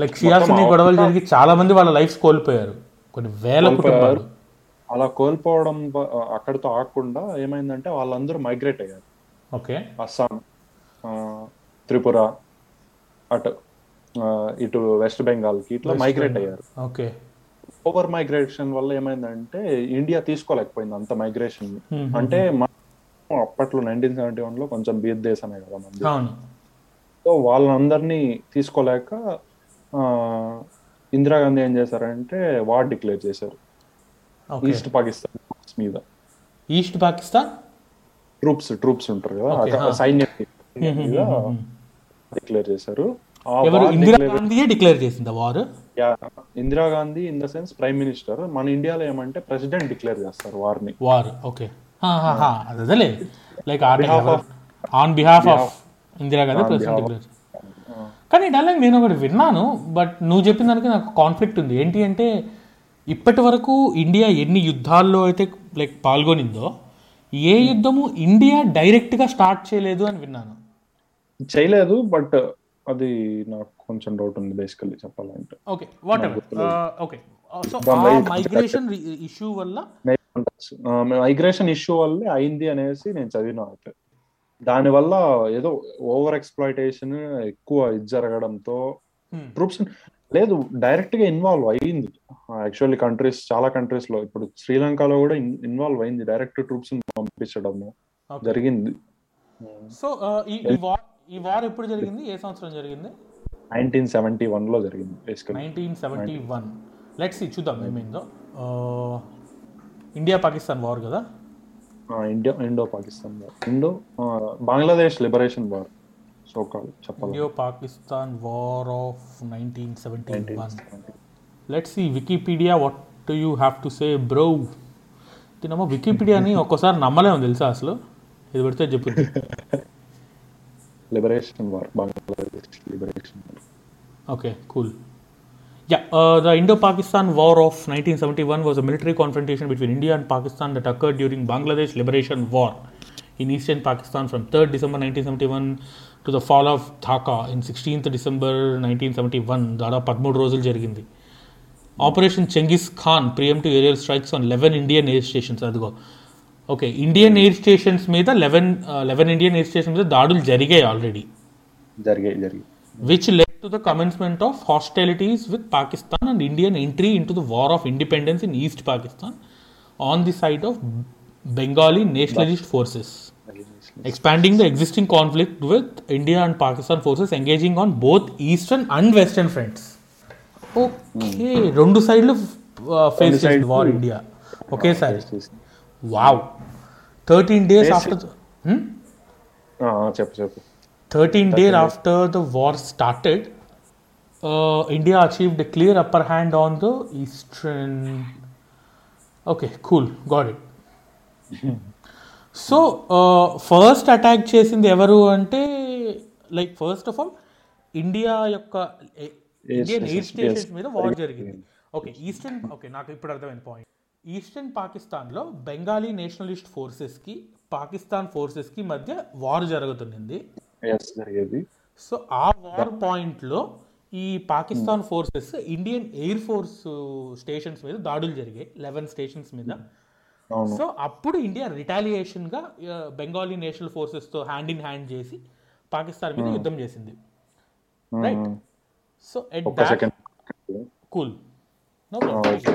Speaker 1: లైక్ షియాసుని గొడవలు జరిగి చాలా మంది వాళ్ళ లైఫ్ కోల్పోయారు కొన్ని వేల కుటుంబాలు
Speaker 2: అలా కోల్పోవడం బ- అక్కడితో ఆగకుండా ఏమైందంటే వాళ్ళందరూ మైగ్రేట్ అయ్యారు
Speaker 1: ఓకే
Speaker 2: అస్సాం ఆ, త్రిపుర అటు ఆ, ఇటు వెస్ట్ బెంగాల్కి ఇట్లా మైగ్రేట్ అయ్యారు
Speaker 1: ఓకే
Speaker 2: ఓవర్ మైగ్రేషన్ వల్ల ఏమైందంటే ఇండియా తీసుకోలేకపోయింది అంత మైగ్రేషన్ అంటే మనం అప్పట్లో నైన్టీన్ సెవెంటీ వన్ లో కొంచెం బీద్ దేశమే కదా మంది
Speaker 1: అవును
Speaker 2: సో వాళ్ళందరినీ తీసుకోలేక ఆ, ఇందిరాగాంధీ ఏం చేశారంటే వార్ డిక్లేర్ చేశారు
Speaker 1: ఓకే
Speaker 2: ఈస్ట్ పాకిస్తాన్ troops మీద
Speaker 1: ఈస్ట్ పాకిస్తాన్
Speaker 2: ట్రూప్స్ ట్రూప్స్ ఉంటారు కదా
Speaker 1: Okay,
Speaker 2: అక్కడ
Speaker 1: huh.
Speaker 2: సైన్యం మీద డిక్లేర్ చేశారు ఆ
Speaker 1: ఎవరు
Speaker 2: war
Speaker 1: ఇందిరా గాంధీయే డిక్లేర్ చేసింది war
Speaker 2: yeah, Indira Gandhi in the sense prime minister మన ఇండియాలో ఏమంటే ప్రెసిడెంట్ డిక్లేర్ చేస్తారు వార్ని
Speaker 1: వార్ ఓకే అదేలే like on behalf of Indira Gandhi president declare కానీ ఈ డైలాగ్ నేను ఒకటి విన్నాను బట్ నువ్వు చెప్పిన దానికి నాకు కాన్ఫ్లిక్ట్ ఉంది ఏంటి అంటే ఇప్పటి వరకు ఇండియా ఎన్ని యుద్ధాల్లో అయితే లైక్ పాల్గొనిందో ఏ యుద్ధము ఇండియా డైరెక్ట్గా స్టార్ట్ చేయలేదు అని విన్నాను
Speaker 2: చేయలేదు బట్ అది నాకు కొంచెం డౌట్ ఉంది బేసికల్లీ చెప్పాలంటే
Speaker 1: okay whatever okay so Uh, ఆ మైగ్రేషన్ ఇష్యూ వల్ల
Speaker 2: మైగ్రేషన్ ఇష్యూ వల్లే అయింది అనేసి నేను చదివిన అయితే దానివల్ల ఏదో ఓవర్ ఎక్స్ప్లాయిటేషన్ ఎక్కువ ఇది జరగడంతో
Speaker 1: Hmm.
Speaker 2: ట్రూప్స్ లేదు డైరెక్ట్ గా ఇన్వాల్వ్ అయింది యాక్చువల్లీ కంట్రీస్ చాలా కంట్రీస్ లో ఇప్పుడు శ్రీలంకలో కూడా ఇన్వాల్వ్ అయింది డైరెక్ట్ ట్రూప్స్ పంపించడము
Speaker 1: Okay.
Speaker 2: జరిగింది Hmm.
Speaker 1: సో uh, ఈ వార్ ఈ వార్ ఎప్పుడు జరిగింది ఏ సంవత్సరం జరిగింది
Speaker 2: నైన్టీన్ సెవెంటీ వన్ లో జరిగింది basically
Speaker 1: nineteen seventy one let's see చూద్దాం ఏమైందో ఇండియా పాకిస్తాన్ వార్ కదా
Speaker 2: India Indo Pakistan war Indo Bangladesh liberation war so call చెప్పాలి
Speaker 1: India Pakistan war of nineteen seventy one let's ఈ Wikipedia what you have to say bro తినమ్మా వికీపీడియాని ఒక్కోసారి నమ్మలేము తెలుసా అసలు ఇది పెడితే చెప్పింది
Speaker 2: liberation war Bangladesh liberation war
Speaker 1: Okay, cool. Yeah, uh, the Indo Pakistan War of 1971 was a military confrontation between India and Pakistan that occurred during Bangladesh Liberation War in eastern Pakistan from 3rd December 1971 to the fall of Dhaka in 16th December 1971. దాదాపు పదమూడు రోజులు జరిగింది operation Genghis Khan preemptive aerial strikes on eleven Indian air stations అదిగో okay Indian air stations మీద uh, eleven eleven Indian air station మీద దాడులు జరిగాయి already
Speaker 2: జరిగే జరిగి
Speaker 1: which led to the commencement of hostilities with Pakistan and Indian entry into the War of Independence in East Pakistan on the side of Bengali nationalist forces, expanding the existing conflict with India and Pakistan forces engaging on both eastern and western fronts. Okay రెండు సైడ్లు face చేసింది war India ఒకేసారి wow thirteen days after
Speaker 2: చెప్పు చెప్పు
Speaker 1: Thirteen days after the war started, uh, India achieved a clear upper hand on the eastern. Okay, cool, got it. So first attack uh, చేసింది ఎవరు అంటే like first of all India యొక్క Indian air station మీద war జరిగింది okay eastern okay నాకు ఇప్పుడు అర్థమైన point eastern పాకిస్తాన్లో బెంగాలీ నేషనలిస్ట్ ఫోర్సెస్కి పాకిస్తాన్ ఫోర్సెస్కి మధ్య వార్ జరుగుతుంది
Speaker 2: ఎస్ జరిగేది
Speaker 1: సో ఆ వార్ పాయింట్లో ఈ Pakistan forces Indian air force stations మీద దాడులు జరిగాయి లెవెన్ స్టేషన్స్ మీద
Speaker 2: అవును.
Speaker 1: సో అప్పుడు ఇండియా రిటాలియేషన్గా బెంగాలీ నేషనల్ ఫోర్సెస్తో హ్యాండ్ ఇన్ హ్యాండ్ చేసి పాకిస్తాన్ మీద యుద్ధం చేసింది రైట్ సో ఎట్
Speaker 2: ఒక second
Speaker 1: cool
Speaker 2: okay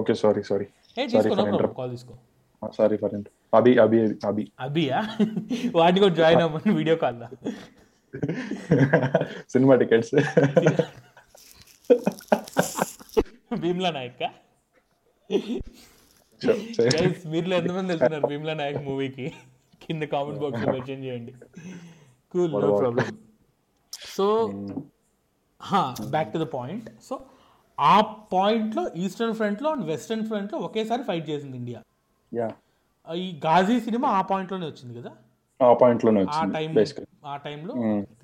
Speaker 2: okay sorry sorry
Speaker 1: ఏ తీసుకో నో ప్రాబ్లం కాల్ తీసుకో
Speaker 2: సారీ ఫర్ అభి అభి అభి
Speaker 1: అభియా వాడిని కూడా జాయిన్ అవ్వమని వీడియో కాల్లా
Speaker 2: సినిమా టికెట్స్
Speaker 1: భీమ్లా నాయక్క Guys, మీరులో ఎంతమంది వెళ్తున్నారు భీమ్లా నాయక్ మూవీకి కింద కామెంట్ బాక్స్ మెన్షన్ చేయండి cool no problem so back to the point so ఆ పాయింట్లో ఈస్టర్న్ ఫ్రంట్లో అండ్ వెస్టర్న్ ఫ్రంట్లో ఒకేసారి ఫైట్ చేసింది ఇండియా
Speaker 2: యా
Speaker 1: ఈ గాజీ సినిమా ఆ పాయింట్లోనే వచ్చింది కదా
Speaker 2: ఆ పాయింట్ లోనే
Speaker 1: ఆ
Speaker 2: వచ్చింది
Speaker 1: టైం
Speaker 2: బేసికల్
Speaker 1: ఆ టైంలో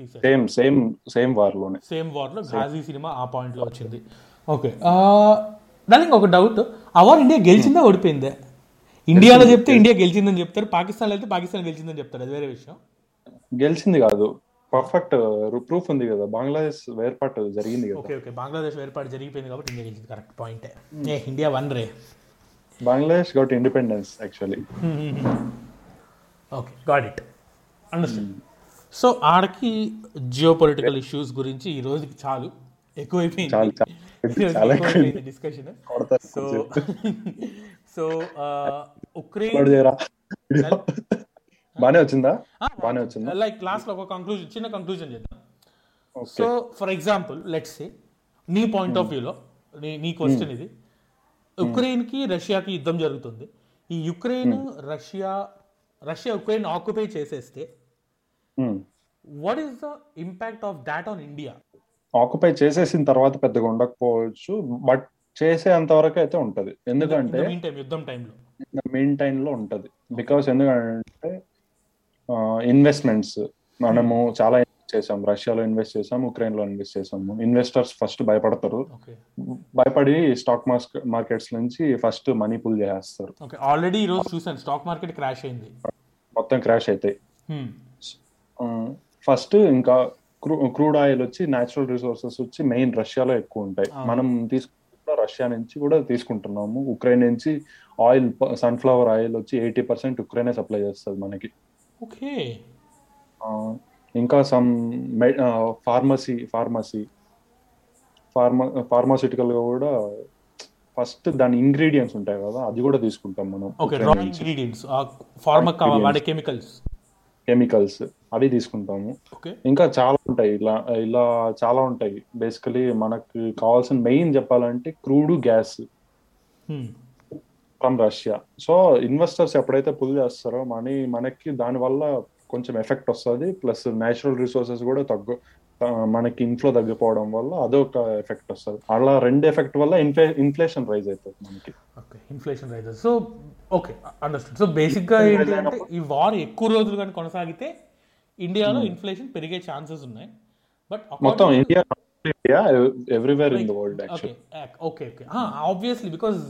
Speaker 1: తీసారు
Speaker 2: సేమ్ సేమ్ సేమ్ వార్ లోనే
Speaker 1: సేమ్ వార్లో ఘాజీ సినిమా ఆ పాయింట్లో వచ్చింది ఓకే దానికి ఒక డౌట్ ఆ వార్ ఇండియా గెలిచిందా ఓడిపోయిందా ఇండియాలో చెప్తే ఇండియా గెలిచిందని చెప్తారు పాకిస్తాన్లో అయితే పాకిస్తాన్ గెలిచిందని చెప్తారు అది వేరే విషయం
Speaker 2: గెలిచింది కాదు పర్ఫెక్ట్ ప్రూఫ్ ఉంది కదా బంగ్లాదేశ్ వేర్పాటు జరిగింది కదా
Speaker 1: ఓకే ఓకే బంగ్లాదేశ్ వేర్పాటు జరిగిపోయింది కాబట్టి ఇండియా గెలిచింది కరెక్ట్ పాయింటే ఏ ఇండియా వన్ రే
Speaker 2: Bangladesh got independence actually
Speaker 1: okay got it understand Hmm. So ఆడకి జియో పొలిటికల్ ఇష్యూస్ గురించి ఈ రోజుకి చాలు ఎక్కువైపోయింది
Speaker 2: చాలు, చాలు.
Speaker 1: ఈ రోజుకి
Speaker 2: చాలా
Speaker 1: ఎక్కువైపోయింది డిస్కషన్ సో సో ఉక్రెయిన్
Speaker 2: బానే వచ్చిందా బానే వచ్చిందా
Speaker 1: లైక్ లాస్ట్ లో ఒక కంక్లూజన్ చిన్న కంక్లూజన్ చేద్దాం
Speaker 2: okay
Speaker 1: so for example let's say నీ పాయింట్
Speaker 2: Hmm.
Speaker 1: ఆఫ్ వ్యూలో నీ నీ క్వశ్చన్ ఇది ఉక్రెయిన్కి రష్యాకి యుద్ధం జరుగుతుంది ఈ Ukraine
Speaker 2: Hmm.
Speaker 1: Russia Russia Ukraine occupy చేసేస్తే
Speaker 2: Hmm.
Speaker 1: What is the impact of that on India
Speaker 2: occupy చేసేసిన తర్వాత పెద్దగా ఉండకపోవచ్చు బట్ చేసేంత వరకు అయితే ఉంటది ఎందుకంటే
Speaker 1: మీన్ టైం యుద్ధం టైంలో
Speaker 2: మెయిన్ టైమ్ లో ఉంటది బికాస్ ఎందుకంటే ఇన్వెస్ట్మెంట్స్ మనము చాలా invest చేసాం రష్యాలో ఇన్వెస్ట్ చేసాం ఉక్రెయిన్ లో ఇన్వెస్ట్ చేసాము ఇన్వెస్టర్స్ ఫస్ట్ భయపడతారు
Speaker 1: ఓకే
Speaker 2: భయపడి స్టాక్ మార్కెట్స్ నుంచి ఫస్ట్ మనీ పుల్ చేసేస్తారు
Speaker 1: ఓకే ఆల్రెడీ ఈరోజు చూసాను స్టాక్ మార్కెట్ క్రాష్ అయింది Hmm.
Speaker 2: మొత్తం క్రాష్ అవుతాయి ఫస్ట్ ఇంకా క్రూడ్ ఆయిల్ వచ్చి న్యాచురల్ రిసోర్సెస్ వచ్చి మెయిన్ రష్యాలో ఎక్కువ ఉంటాయి మనం తీసుకుంటున్న రష్యా నుంచి కూడా తీసుకుంటున్నాము ఉక్రెయిన్ నుంచి ఆయిల్ సన్ఫ్లవర్ ఆయిల్ వచ్చి ఎయిటీ పర్సెంట్ ఉక్రెయినే సప్లై చేస్తుంది మనకి
Speaker 1: ఓకే
Speaker 2: ఆ, ఇంకా some pharmacy pharmacy pharma pharmaceutical గా కూడా ఫస్ట్ దాని ఇంగ్రీడియంట్స్ ఉంటాయి కదా అది కూడా తీసుకుంటాం మనం
Speaker 1: ఓకే రా ఇంగ్రీడియంట్స్ ఫార్మా వాడే కెమికల్స్
Speaker 2: కెమికల్స్ అవి తీసుకుంటాము
Speaker 1: ఓకే
Speaker 2: ఇంకా చాలా ఉంటాయి ఇలా ఇలా చాలా ఉంటాయి బేసికలీ మనకు కావాల్సిన మెయిన్ చెప్పాలంటే crude gas
Speaker 1: Hmm.
Speaker 2: From Russia so investors ఎప్పుడైతే పుల్ చేస్తారో మనీ మనకి దానివల్ల కొంచెం ఎఫెక్ట్ వస్తుంది ప్లస్ నేచురల్ రిసోర్సెస్ కూడా తగ్గు ఆ, మనకి ఇన్ఫ్లో తగ్గిపోవడం వల్ల అదొక ఎఫెక్ట్ వస్తుంది అలా రెండు ఎఫెక్ట్ వల్ల ఇన్ఫ్లే ఇన్ఫ్లేషన్ రైజ్ అవుతుంది మనకి
Speaker 1: okay inflation rises so okay understood so బేసిక్గా ఏంటి అంటే ఈ వార్ ఎక్కువ రోజులు కానీ కొనసాగితే ఇండియాలో ఇన్ఫ్లేషన్ పెరిగే ఛాన్సెస్ ఉన్నాయి బట్
Speaker 2: మొత్తం India India everywhere in the world
Speaker 1: okay okay okay obviously because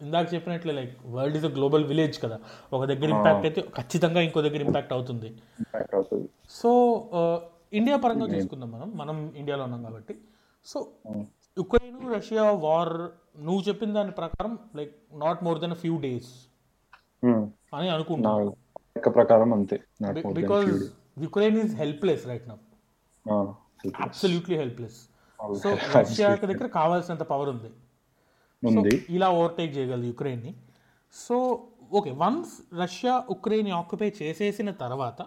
Speaker 1: Ah, ఇందాక చెప్పినట్లే like world is a global village కదా ఒక దగ్గర ఇంపాక్ట్ అయితే ఖచ్చితంగా ఇంకో దగ్గర ఇంపాక్ట్ అవుతుంది
Speaker 2: ఇంపాక్ట్ అవుతుంది
Speaker 1: సో ఇండియా పరంగా చూసుకుందాం మనం మనం ఇండియాలో ఉన్నాం కాబట్టి సో యుక్రెయిన్ రష్యా వార్ నువ్వు చెప్పిన దాని ప్రకారం like not more than few days
Speaker 2: um,
Speaker 1: అని
Speaker 2: నా
Speaker 1: అనుకుంటున్నాను
Speaker 2: లెక్క ప్రకారం అంతే నాకు more than
Speaker 1: because
Speaker 2: few days.
Speaker 1: Ukraine is helpless right now
Speaker 2: ఆ,
Speaker 1: అబ్సల్యూట్లీ హెల్ప్లెస్
Speaker 2: అవును.
Speaker 1: సో రష్యా దగ్గర కావాల్సినంత పవర్ ఉంది
Speaker 2: ఉంది
Speaker 1: ఇలా ఓవర్టేక్ చేయగలదు యుక్రెయిన్ని so okay once Russia Ukraine occupy చేసేసిన తర్వాత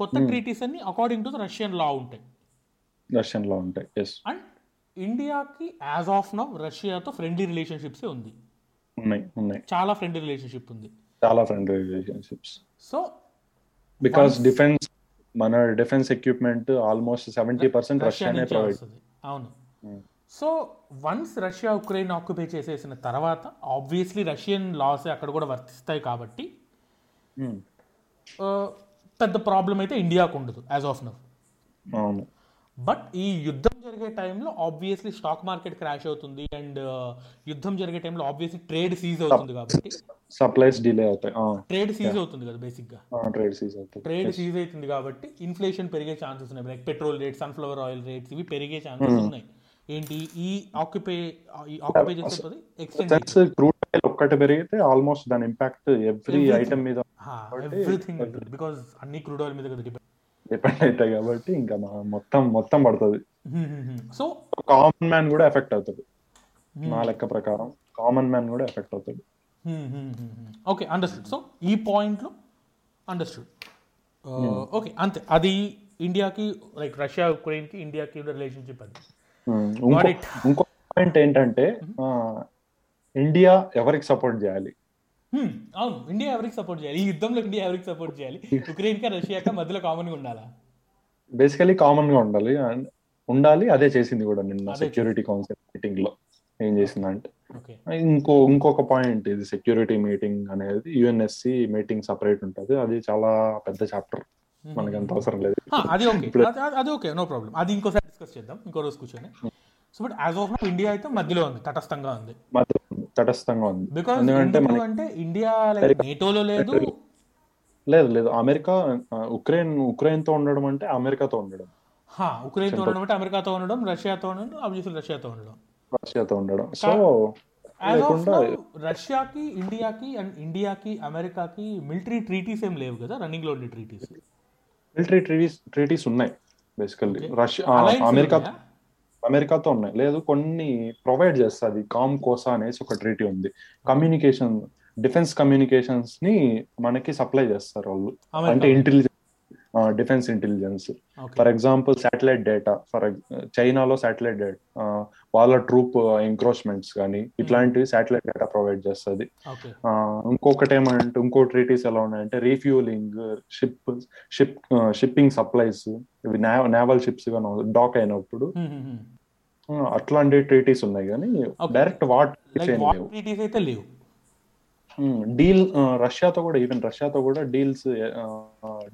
Speaker 1: కొత్త
Speaker 2: Hmm.
Speaker 1: ట్రీటీస్ అన్ని according to the Russian law ఉంటాయి
Speaker 2: రష్యన్ లో ఉంటాయి ఎస్
Speaker 1: అండ్ ఇండియాకి యాజ్ ఆఫ్ నౌ రష్యాతో ఫ్రెండ్లీ రిలేషన్షిప్సే ఉంది
Speaker 2: ఉన్నాయి ఉన్నాయి
Speaker 1: చాలా ఫ్రెండ్లీ రిలేషన్షిప్ ఉంది
Speaker 2: చాలా friendly relationships
Speaker 1: so
Speaker 2: because defence మన defence equipment almost seventy percent
Speaker 1: Russia
Speaker 2: రష్యానే
Speaker 1: నుంచి
Speaker 2: ప్రొవైడ్
Speaker 1: వస్తుంది అవును so once Russia Ukraine occupy చేసేసిన తర్వాత ఆబ్వియస్లీ రష్యన్ లాస్ అక్కడ కూడా వర్తిస్తాయి కాబట్టి
Speaker 2: Hmm.
Speaker 1: ఆ, పెద్ద ప్రాబ్లం అయితే ఇండియాకు ఉండదు యాజ్ ఆఫ్ నౌ
Speaker 2: అవును
Speaker 1: బట్ ఈ యుద్ధం జరిగే టైంలో ఆబ్వియస్లీ స్టాక్ మార్కెట్ క్రాష్ అవుతుంది అండ్ యుద్ధం జరిగే టైంలో ఆబ్వియస్లీ ట్రేడ్ సీజ్ అవుతుంది కాబట్టి
Speaker 2: సప్లైస్ డిలే అవుతాయి
Speaker 1: ట్రేడ్ సీజ్ అవుతుంది కదా బేసిక్గా
Speaker 2: ట్రేడ్ సీజ్ అవుతాయి
Speaker 1: ట్రేడ్ సీజ్ అవుతుంది కాబట్టి ఇన్ఫ్లేషన్ పెరిగే ఛాన్సెస్ ఉన్నాయి like petrol rate sunflower oil rates ఇవి పెరిగే ఛాన్సెస్ ఉన్నాయి ఏంటి ఈ ఆక్యుపై ఈ ఆక్యుపై చేసేది ఎక్స్టెండ్
Speaker 2: సెన్స్ క్రూడ్ ఆయిల్ ఒక్కటి పెరిగితే ఆల్మోస్ట్ దాని ఇంపాక్ట్ ఎవ్రీ ఐటమ్ మీద
Speaker 1: Ah, ఎవ్రీథింగ్ ఉంటుంది బికాస్ అన్ని క్రూడ్ ఆయిల్ మీద కదా
Speaker 2: డిపెండ్ అవుతాయి కాబట్టి ఇంకా మన మొత్తం మొత్తం పడుతుంది
Speaker 1: డిపెండ్ సో
Speaker 2: కామన్ మ్యాన్ కూడా ఎఫెక్ట్ అవుతాడు నా లెక్క ప్రకారం కామన్ మ్యాన్ కూడా ఎఫెక్ట్ అవుతాడు
Speaker 1: hmm, ఓకే అండర్స్టూడ్ సో ఈ పాయింట్లో అండర్స్టూడ్ ఓకే Uh, అంతే అది ఇండియాకి లైక్ రష్యా ఉక్రెయిన్కి ఇండియాకి ఉన్న రిలేషన్షిప్ అది
Speaker 2: ఉమ్, Hmm. ఇంకో
Speaker 1: it.
Speaker 2: ఇంకో పాయింట్ ఏంటంటే ఆ, ఇండియా ఎవరికి సపోర్ట్ చేయాలి
Speaker 1: Hmm, అవును ఇండియా ఎవరికి సపోర్ట్ చేయాలి ఈ యుద్ధంలో ఇండియా ఎవరికి సపోర్ట్ చేయాలి ఉక్రెయిన్కా రష్యాకా మధ్యలో కామన్గా ఉండాలా
Speaker 2: బేసికలీ కామన్ గా ఉండాలి అండ్ ఉండాలి అదే చేసింది కూడా నిన్న సెక్యూరిటీ కౌన్సిల్ మీటింగ్ లో ఏం చేసిందంటే
Speaker 1: ఓకే
Speaker 2: ఇంకో ఇంకొక పాయింట్ ఇది సెక్యూరిటీ మీటింగ్ అనేది యుఎన్ఎస్సి మీటింగ్ సపరేట్ ఉంటుంది అది చాలా పెద్ద చాప్టర్ మనకి అంత అవసరం లేదు
Speaker 1: అది ఓకే అది ఓకే నో ప్రాబ్లం అది ఇంకోసారి డిస్కస్ చేద్దాం ఇంకో రోజు కూర్చొని
Speaker 2: Hmm.
Speaker 1: So but as of now India అయితే మధ్యలో ఉంది తటస్థంగా ఉంది
Speaker 2: మధ్య తటస్థంగా ఉంది
Speaker 1: బికాస్
Speaker 2: ఎందుకంటే
Speaker 1: అంటే ఇండియా లైక్ నేటోలో లేదు
Speaker 2: లేదు లేదు అమెరికా ఆ, ఉక్రెయిన్ ఉక్రెయిన్ తో ఉండడం అంటే అమెరికాతో ఉండడం
Speaker 1: హా ఉక్రెయిన్తో ఉండడం అంటే అమెరికాతో ఉండడం రష్యాతో ఉండడం అబ్వియస్లీ రష్యాతో ఉండడం
Speaker 2: రష్యాతో ఉండడం సో
Speaker 1: యాజ్ ఆఫ్
Speaker 2: లేకుండా-
Speaker 1: రష్యాకి ఇండియాకి అండ్ ఇండియాకి అమెరికాకి మిలిటరీ ట్రీటీస్ ఏం లేవు కదా రన్నింగ్ లో ఉండే ట్రీటీస్
Speaker 2: మిలిటరీ ట్రీటీస్ ట్రీటీస్ ఉన్నాయి బేసికల్లీ రష్యా అమెరికా అమెరికాతో ఉన్నాయి లేదు కొన్ని ప్రొవైడ్ చేస్తుంది కామ్ కోసా అనేసి ఒక ట్రీటీ ఉంది కమ్యూనికేషన్ డిఫెన్స్ కమ్యూనికేషన్స్ ని మనకి సప్లై చేస్తారు వాళ్ళు
Speaker 1: అమెరికా.
Speaker 2: అంటే intelligence defence intelligence
Speaker 1: okay
Speaker 2: for example satellite data for చైనాలో శాటిలైట్ డేటా వాళ్ళ ట్రూప్ ఎంక్రోచ్మెంట్స్ కానీ ఇట్లాంటివి శాటిలైట్ డేటా ప్రొవైడ్ చేస్తుంది
Speaker 1: ఓకే
Speaker 2: ఆ, ఇంకొకటి ఏమంటే ఇంకో ట్రీటీస్ ఎలా ఉన్నాయంటే refuelling ship ship shipping supplies ఇవి నేవల్ షిప్స్ గా డాక్ అయినప్పుడు
Speaker 1: Hmm,
Speaker 2: ఆ, అట్లాంటి ట్రీటీస్ ఉన్నాయి కానీ
Speaker 1: Okay.
Speaker 2: Direct what
Speaker 1: like war treaties అయితే లేవు
Speaker 2: డీల్ రష్యాతో కూడా ఈవెన్ రష్యాతో కూడా deals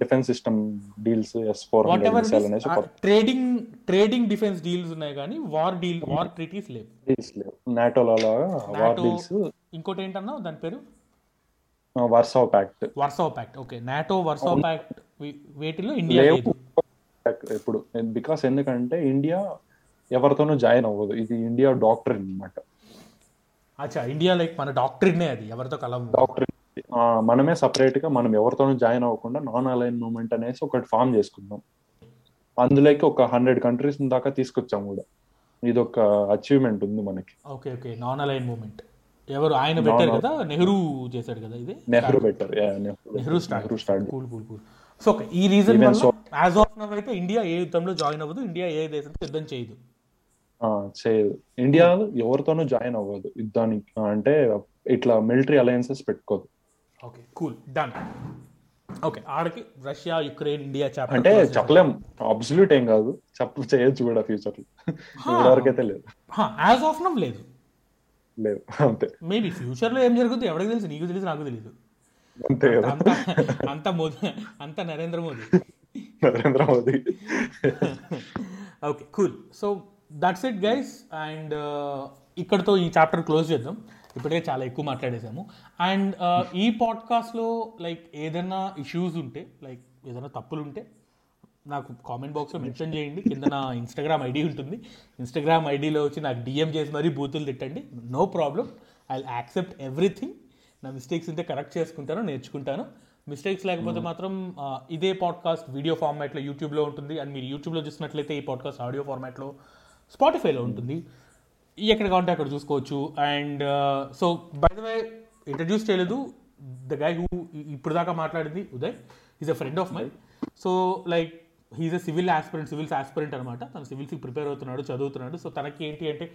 Speaker 2: defence system deals S four
Speaker 1: whatever
Speaker 2: అనేసి
Speaker 1: ట్రేడింగ్ ట్రేడింగ్ డిఫెన్స్ డీల్స్ ఉన్నాయి కానీ వార్ డీల్ వార్ ట్రీటీస్ లేవు
Speaker 2: డీల్స్ లేవు నాటోలో లాగా వార్
Speaker 1: NATO-
Speaker 2: డీల్స్
Speaker 1: ఇంకోటి ఏంటన్నావు దాని పేరు
Speaker 2: Warsaw pact
Speaker 1: Warsaw pact okay NATO Warsaw pact వేటిలో ఇండియా లేదు
Speaker 2: లేవు ఇప్పుడు బికాస్ ఎందుకంటే ఇండియా ఎవరితోనూ జాయిన్ అవ్వదు ఇది ఇండియా డాక్టర్ అనమాట
Speaker 1: అచ్చా ఇండియా లైక్ మన డాక్టరీనే అది ఎవరితో కలవు
Speaker 2: డాక్టర్ మనమే సపరేట్ గా మనం ఎవరితోనూ జాయిన్ అవ్వకుండా నాన్ అలైన్ మూమెంట్ అనేసి ఒకటి ఫామ్ చేసుకుందాం అందులోకి ఒక హండ్రెడ్ కంట్రీస్ దాకా తీసుకొచ్చాం కూడా ఇది ఒక అచీవ్మెంట్ ఉంది మనకి
Speaker 1: okay okay non align movement ఎవరు ఆయన పెట్టారు కదా నెహ్రూ చేశాడు కదా ఇది
Speaker 2: Nehru better
Speaker 1: Nehru start
Speaker 2: Nehru start
Speaker 1: cool cool cool so okay ఈ రీజన్
Speaker 2: Even
Speaker 1: వల్ల యాజ్ ఆఫ్ నవ్ అయితే ఇండియా ఏ యుద్ధంలో జాయిన్ అవ్వదు ఇండియా ఏ దేశంతో యుద్ధం చేయదు
Speaker 2: చేయదు ఇండియా ఎవరితోనూ జాయిన్ అవ్వదు యుద్ధానికి ఆ, అంటే ఇట్లా మిలిటరీ అలయన్సెస్ పెట్టుకోదు
Speaker 1: ఓకే కూల్ డన్ ఓకే ఆడకి రష్యా యుక్రెయిన్ ఇండియా చాప్టర్
Speaker 2: అంటే చెప్పలేం అబ్సల్యూట్ ఏం కాదు చెప్ప చేయొచ్చు కూడా ఫ్యూచర్ లో ఇప్పటివరకైతే లేదు
Speaker 1: యాజ్ ఆఫ్ నవ్ లేదు
Speaker 2: లేదు అంతే
Speaker 1: మేబీ ఫ్యూచర్లో ఏం జరుగుతుంది ఎవరికి తెలుసు నీకు తెలుసు నాకు తెలియదు
Speaker 2: అంతే కదా
Speaker 1: అంత అంత మోదీ అంత Narendra Modi
Speaker 2: Narendra Modi
Speaker 1: okay cool so that's it guys and ఇక్కడతో uh, ఈ చాప్టర్ క్లోజ్ చేద్దాం ఇప్పటికే చాలా ఎక్కువ మాట్లాడేసాము అండ్ ఈ పాడ్కాస్ట్లో లైక్ ఏదైనా ఇష్యూస్ ఉంటే లైక్ ఏదైనా తప్పులు ఉంటే నాకు కామెంట్ బాక్స్లో మెన్షన్ చేయండి కింద నా ఇన్స్టాగ్రామ్ ఐడి ఉంటుంది ఇన్స్టాగ్రామ్ ఐడిలో వచ్చి నాకు డిఎం చేసి మరీ బూతులు తిట్టండి no problem I accept everything నా మిస్టేక్స్ ఉంటే కరెక్ట్ చేసుకుంటాను నేర్చుకుంటాను మిస్టేక్స్ లేకపోతే మాత్రం ఆ, ఇదే పాడ్కాస్ట్ వీడియో ఫార్మాట్లో యూట్యూబ్లో ఉంటుంది అండ్ మీరు యూట్యూబ్లో చూసినట్లయితే ఈ పాడ్కాస్ట్ ఆడియో ఫార్మాట్లో స్పాటిఫైలో ఉంటుంది ఎక్కడ కావాలంటే అక్కడ చూసుకోవచ్చు and so by the way introduce చేయలేదు ద గై హూ ఇప్పుడు దాకా మాట్లాడింది Uday is a friend of my so like he's a civil aspirant civils aspirant అనమాట తను సివిల్స్కి ప్రిపేర్ అవుతున్నాడు చదువుతున్నాడు సో తనకి ఏంటి అంటే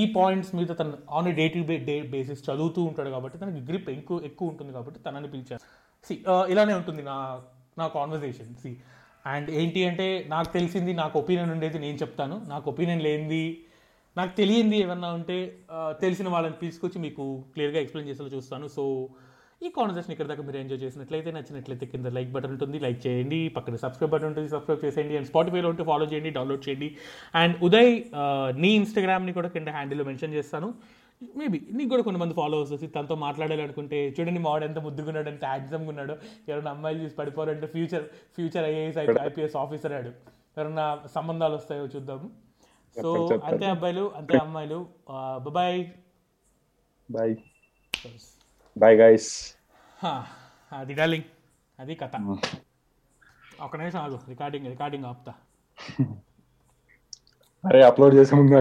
Speaker 1: ఈ పాయింట్స్ మీద తను on a day to day basis చదువుతూ ఉంటాడు కాబట్టి తనకి గ్రిప్ ఎక్కువ ఎక్కువ ఉంటుంది కాబట్టి తనని పిలిచాను సి ఇలానే ఉంటుంది నా నా కాన్వర్జేషన్ సి అండ్ ఏంటి అంటే నాకు తెలిసింది నాకు ఒపీనియన్ ఉండేది నేను చెప్తాను నాకు ఒపీనియన్ లేనిది నాకు తెలియంది ఏమన్నా ఉంటే ఆ, తెలిసిన వాళ్ళని తీసుకొచ్చి మీకు క్లియర్గా ఎక్స్ప్లెయిన్ చేసేలా చూస్తాను సో ఈ కాన్వర్సేషన్ ఇక్కడ దాకా మీరు ఎంజాయ్ చేసినట్లయితే నచ్చినట్లయితే కింద లైక్ బటన్ ఉంటుంది లైక్ చేయండి పక్కన సబ్స్క్రైబ్ బటన్ ఉంటుంది సబ్స్క్రైబ్ చేసేయండి అండ్ స్పాటిఫైలో ఉంటే ఫాలో చేయండి డౌన్లోడ్ చేయండి అండ్ ఉదయ్ ఆ, నీ ఇన్స్టాగ్రామ్ని కూడా కింద హ్యాండిల్లో మెన్షన్ చేస్తాను మేబీ నీకు కూడా కొంతమంది ఫాలోవర్స్ వచ్చి తనతో మాట్లాడాలనుకుంటే చూడండి మా వాడు ఎంత ముద్దుగున్నాడు ఎంత హ్యాండ్సమ్గా ఉన్నాడు ఎవరైనా అమ్మాయిలు చూసి పడిపోవాలంటే future future IAS IPS officer ఆడు ఎవరైనా సంబంధాలు వస్తాయో చూద్దాము సో అంతే అబ్బాయిలు అంతే అమ్మాయిలు బాయ్
Speaker 2: బాయ్ బాయ్ గైస్
Speaker 1: అది డార్లింగ్ అది కథ ఒక నిమిషం ఆగు రికార్డింగ్ రికార్డింగ్ ఆపుతా
Speaker 2: అరే అప్లోడ్ చేసే ముందు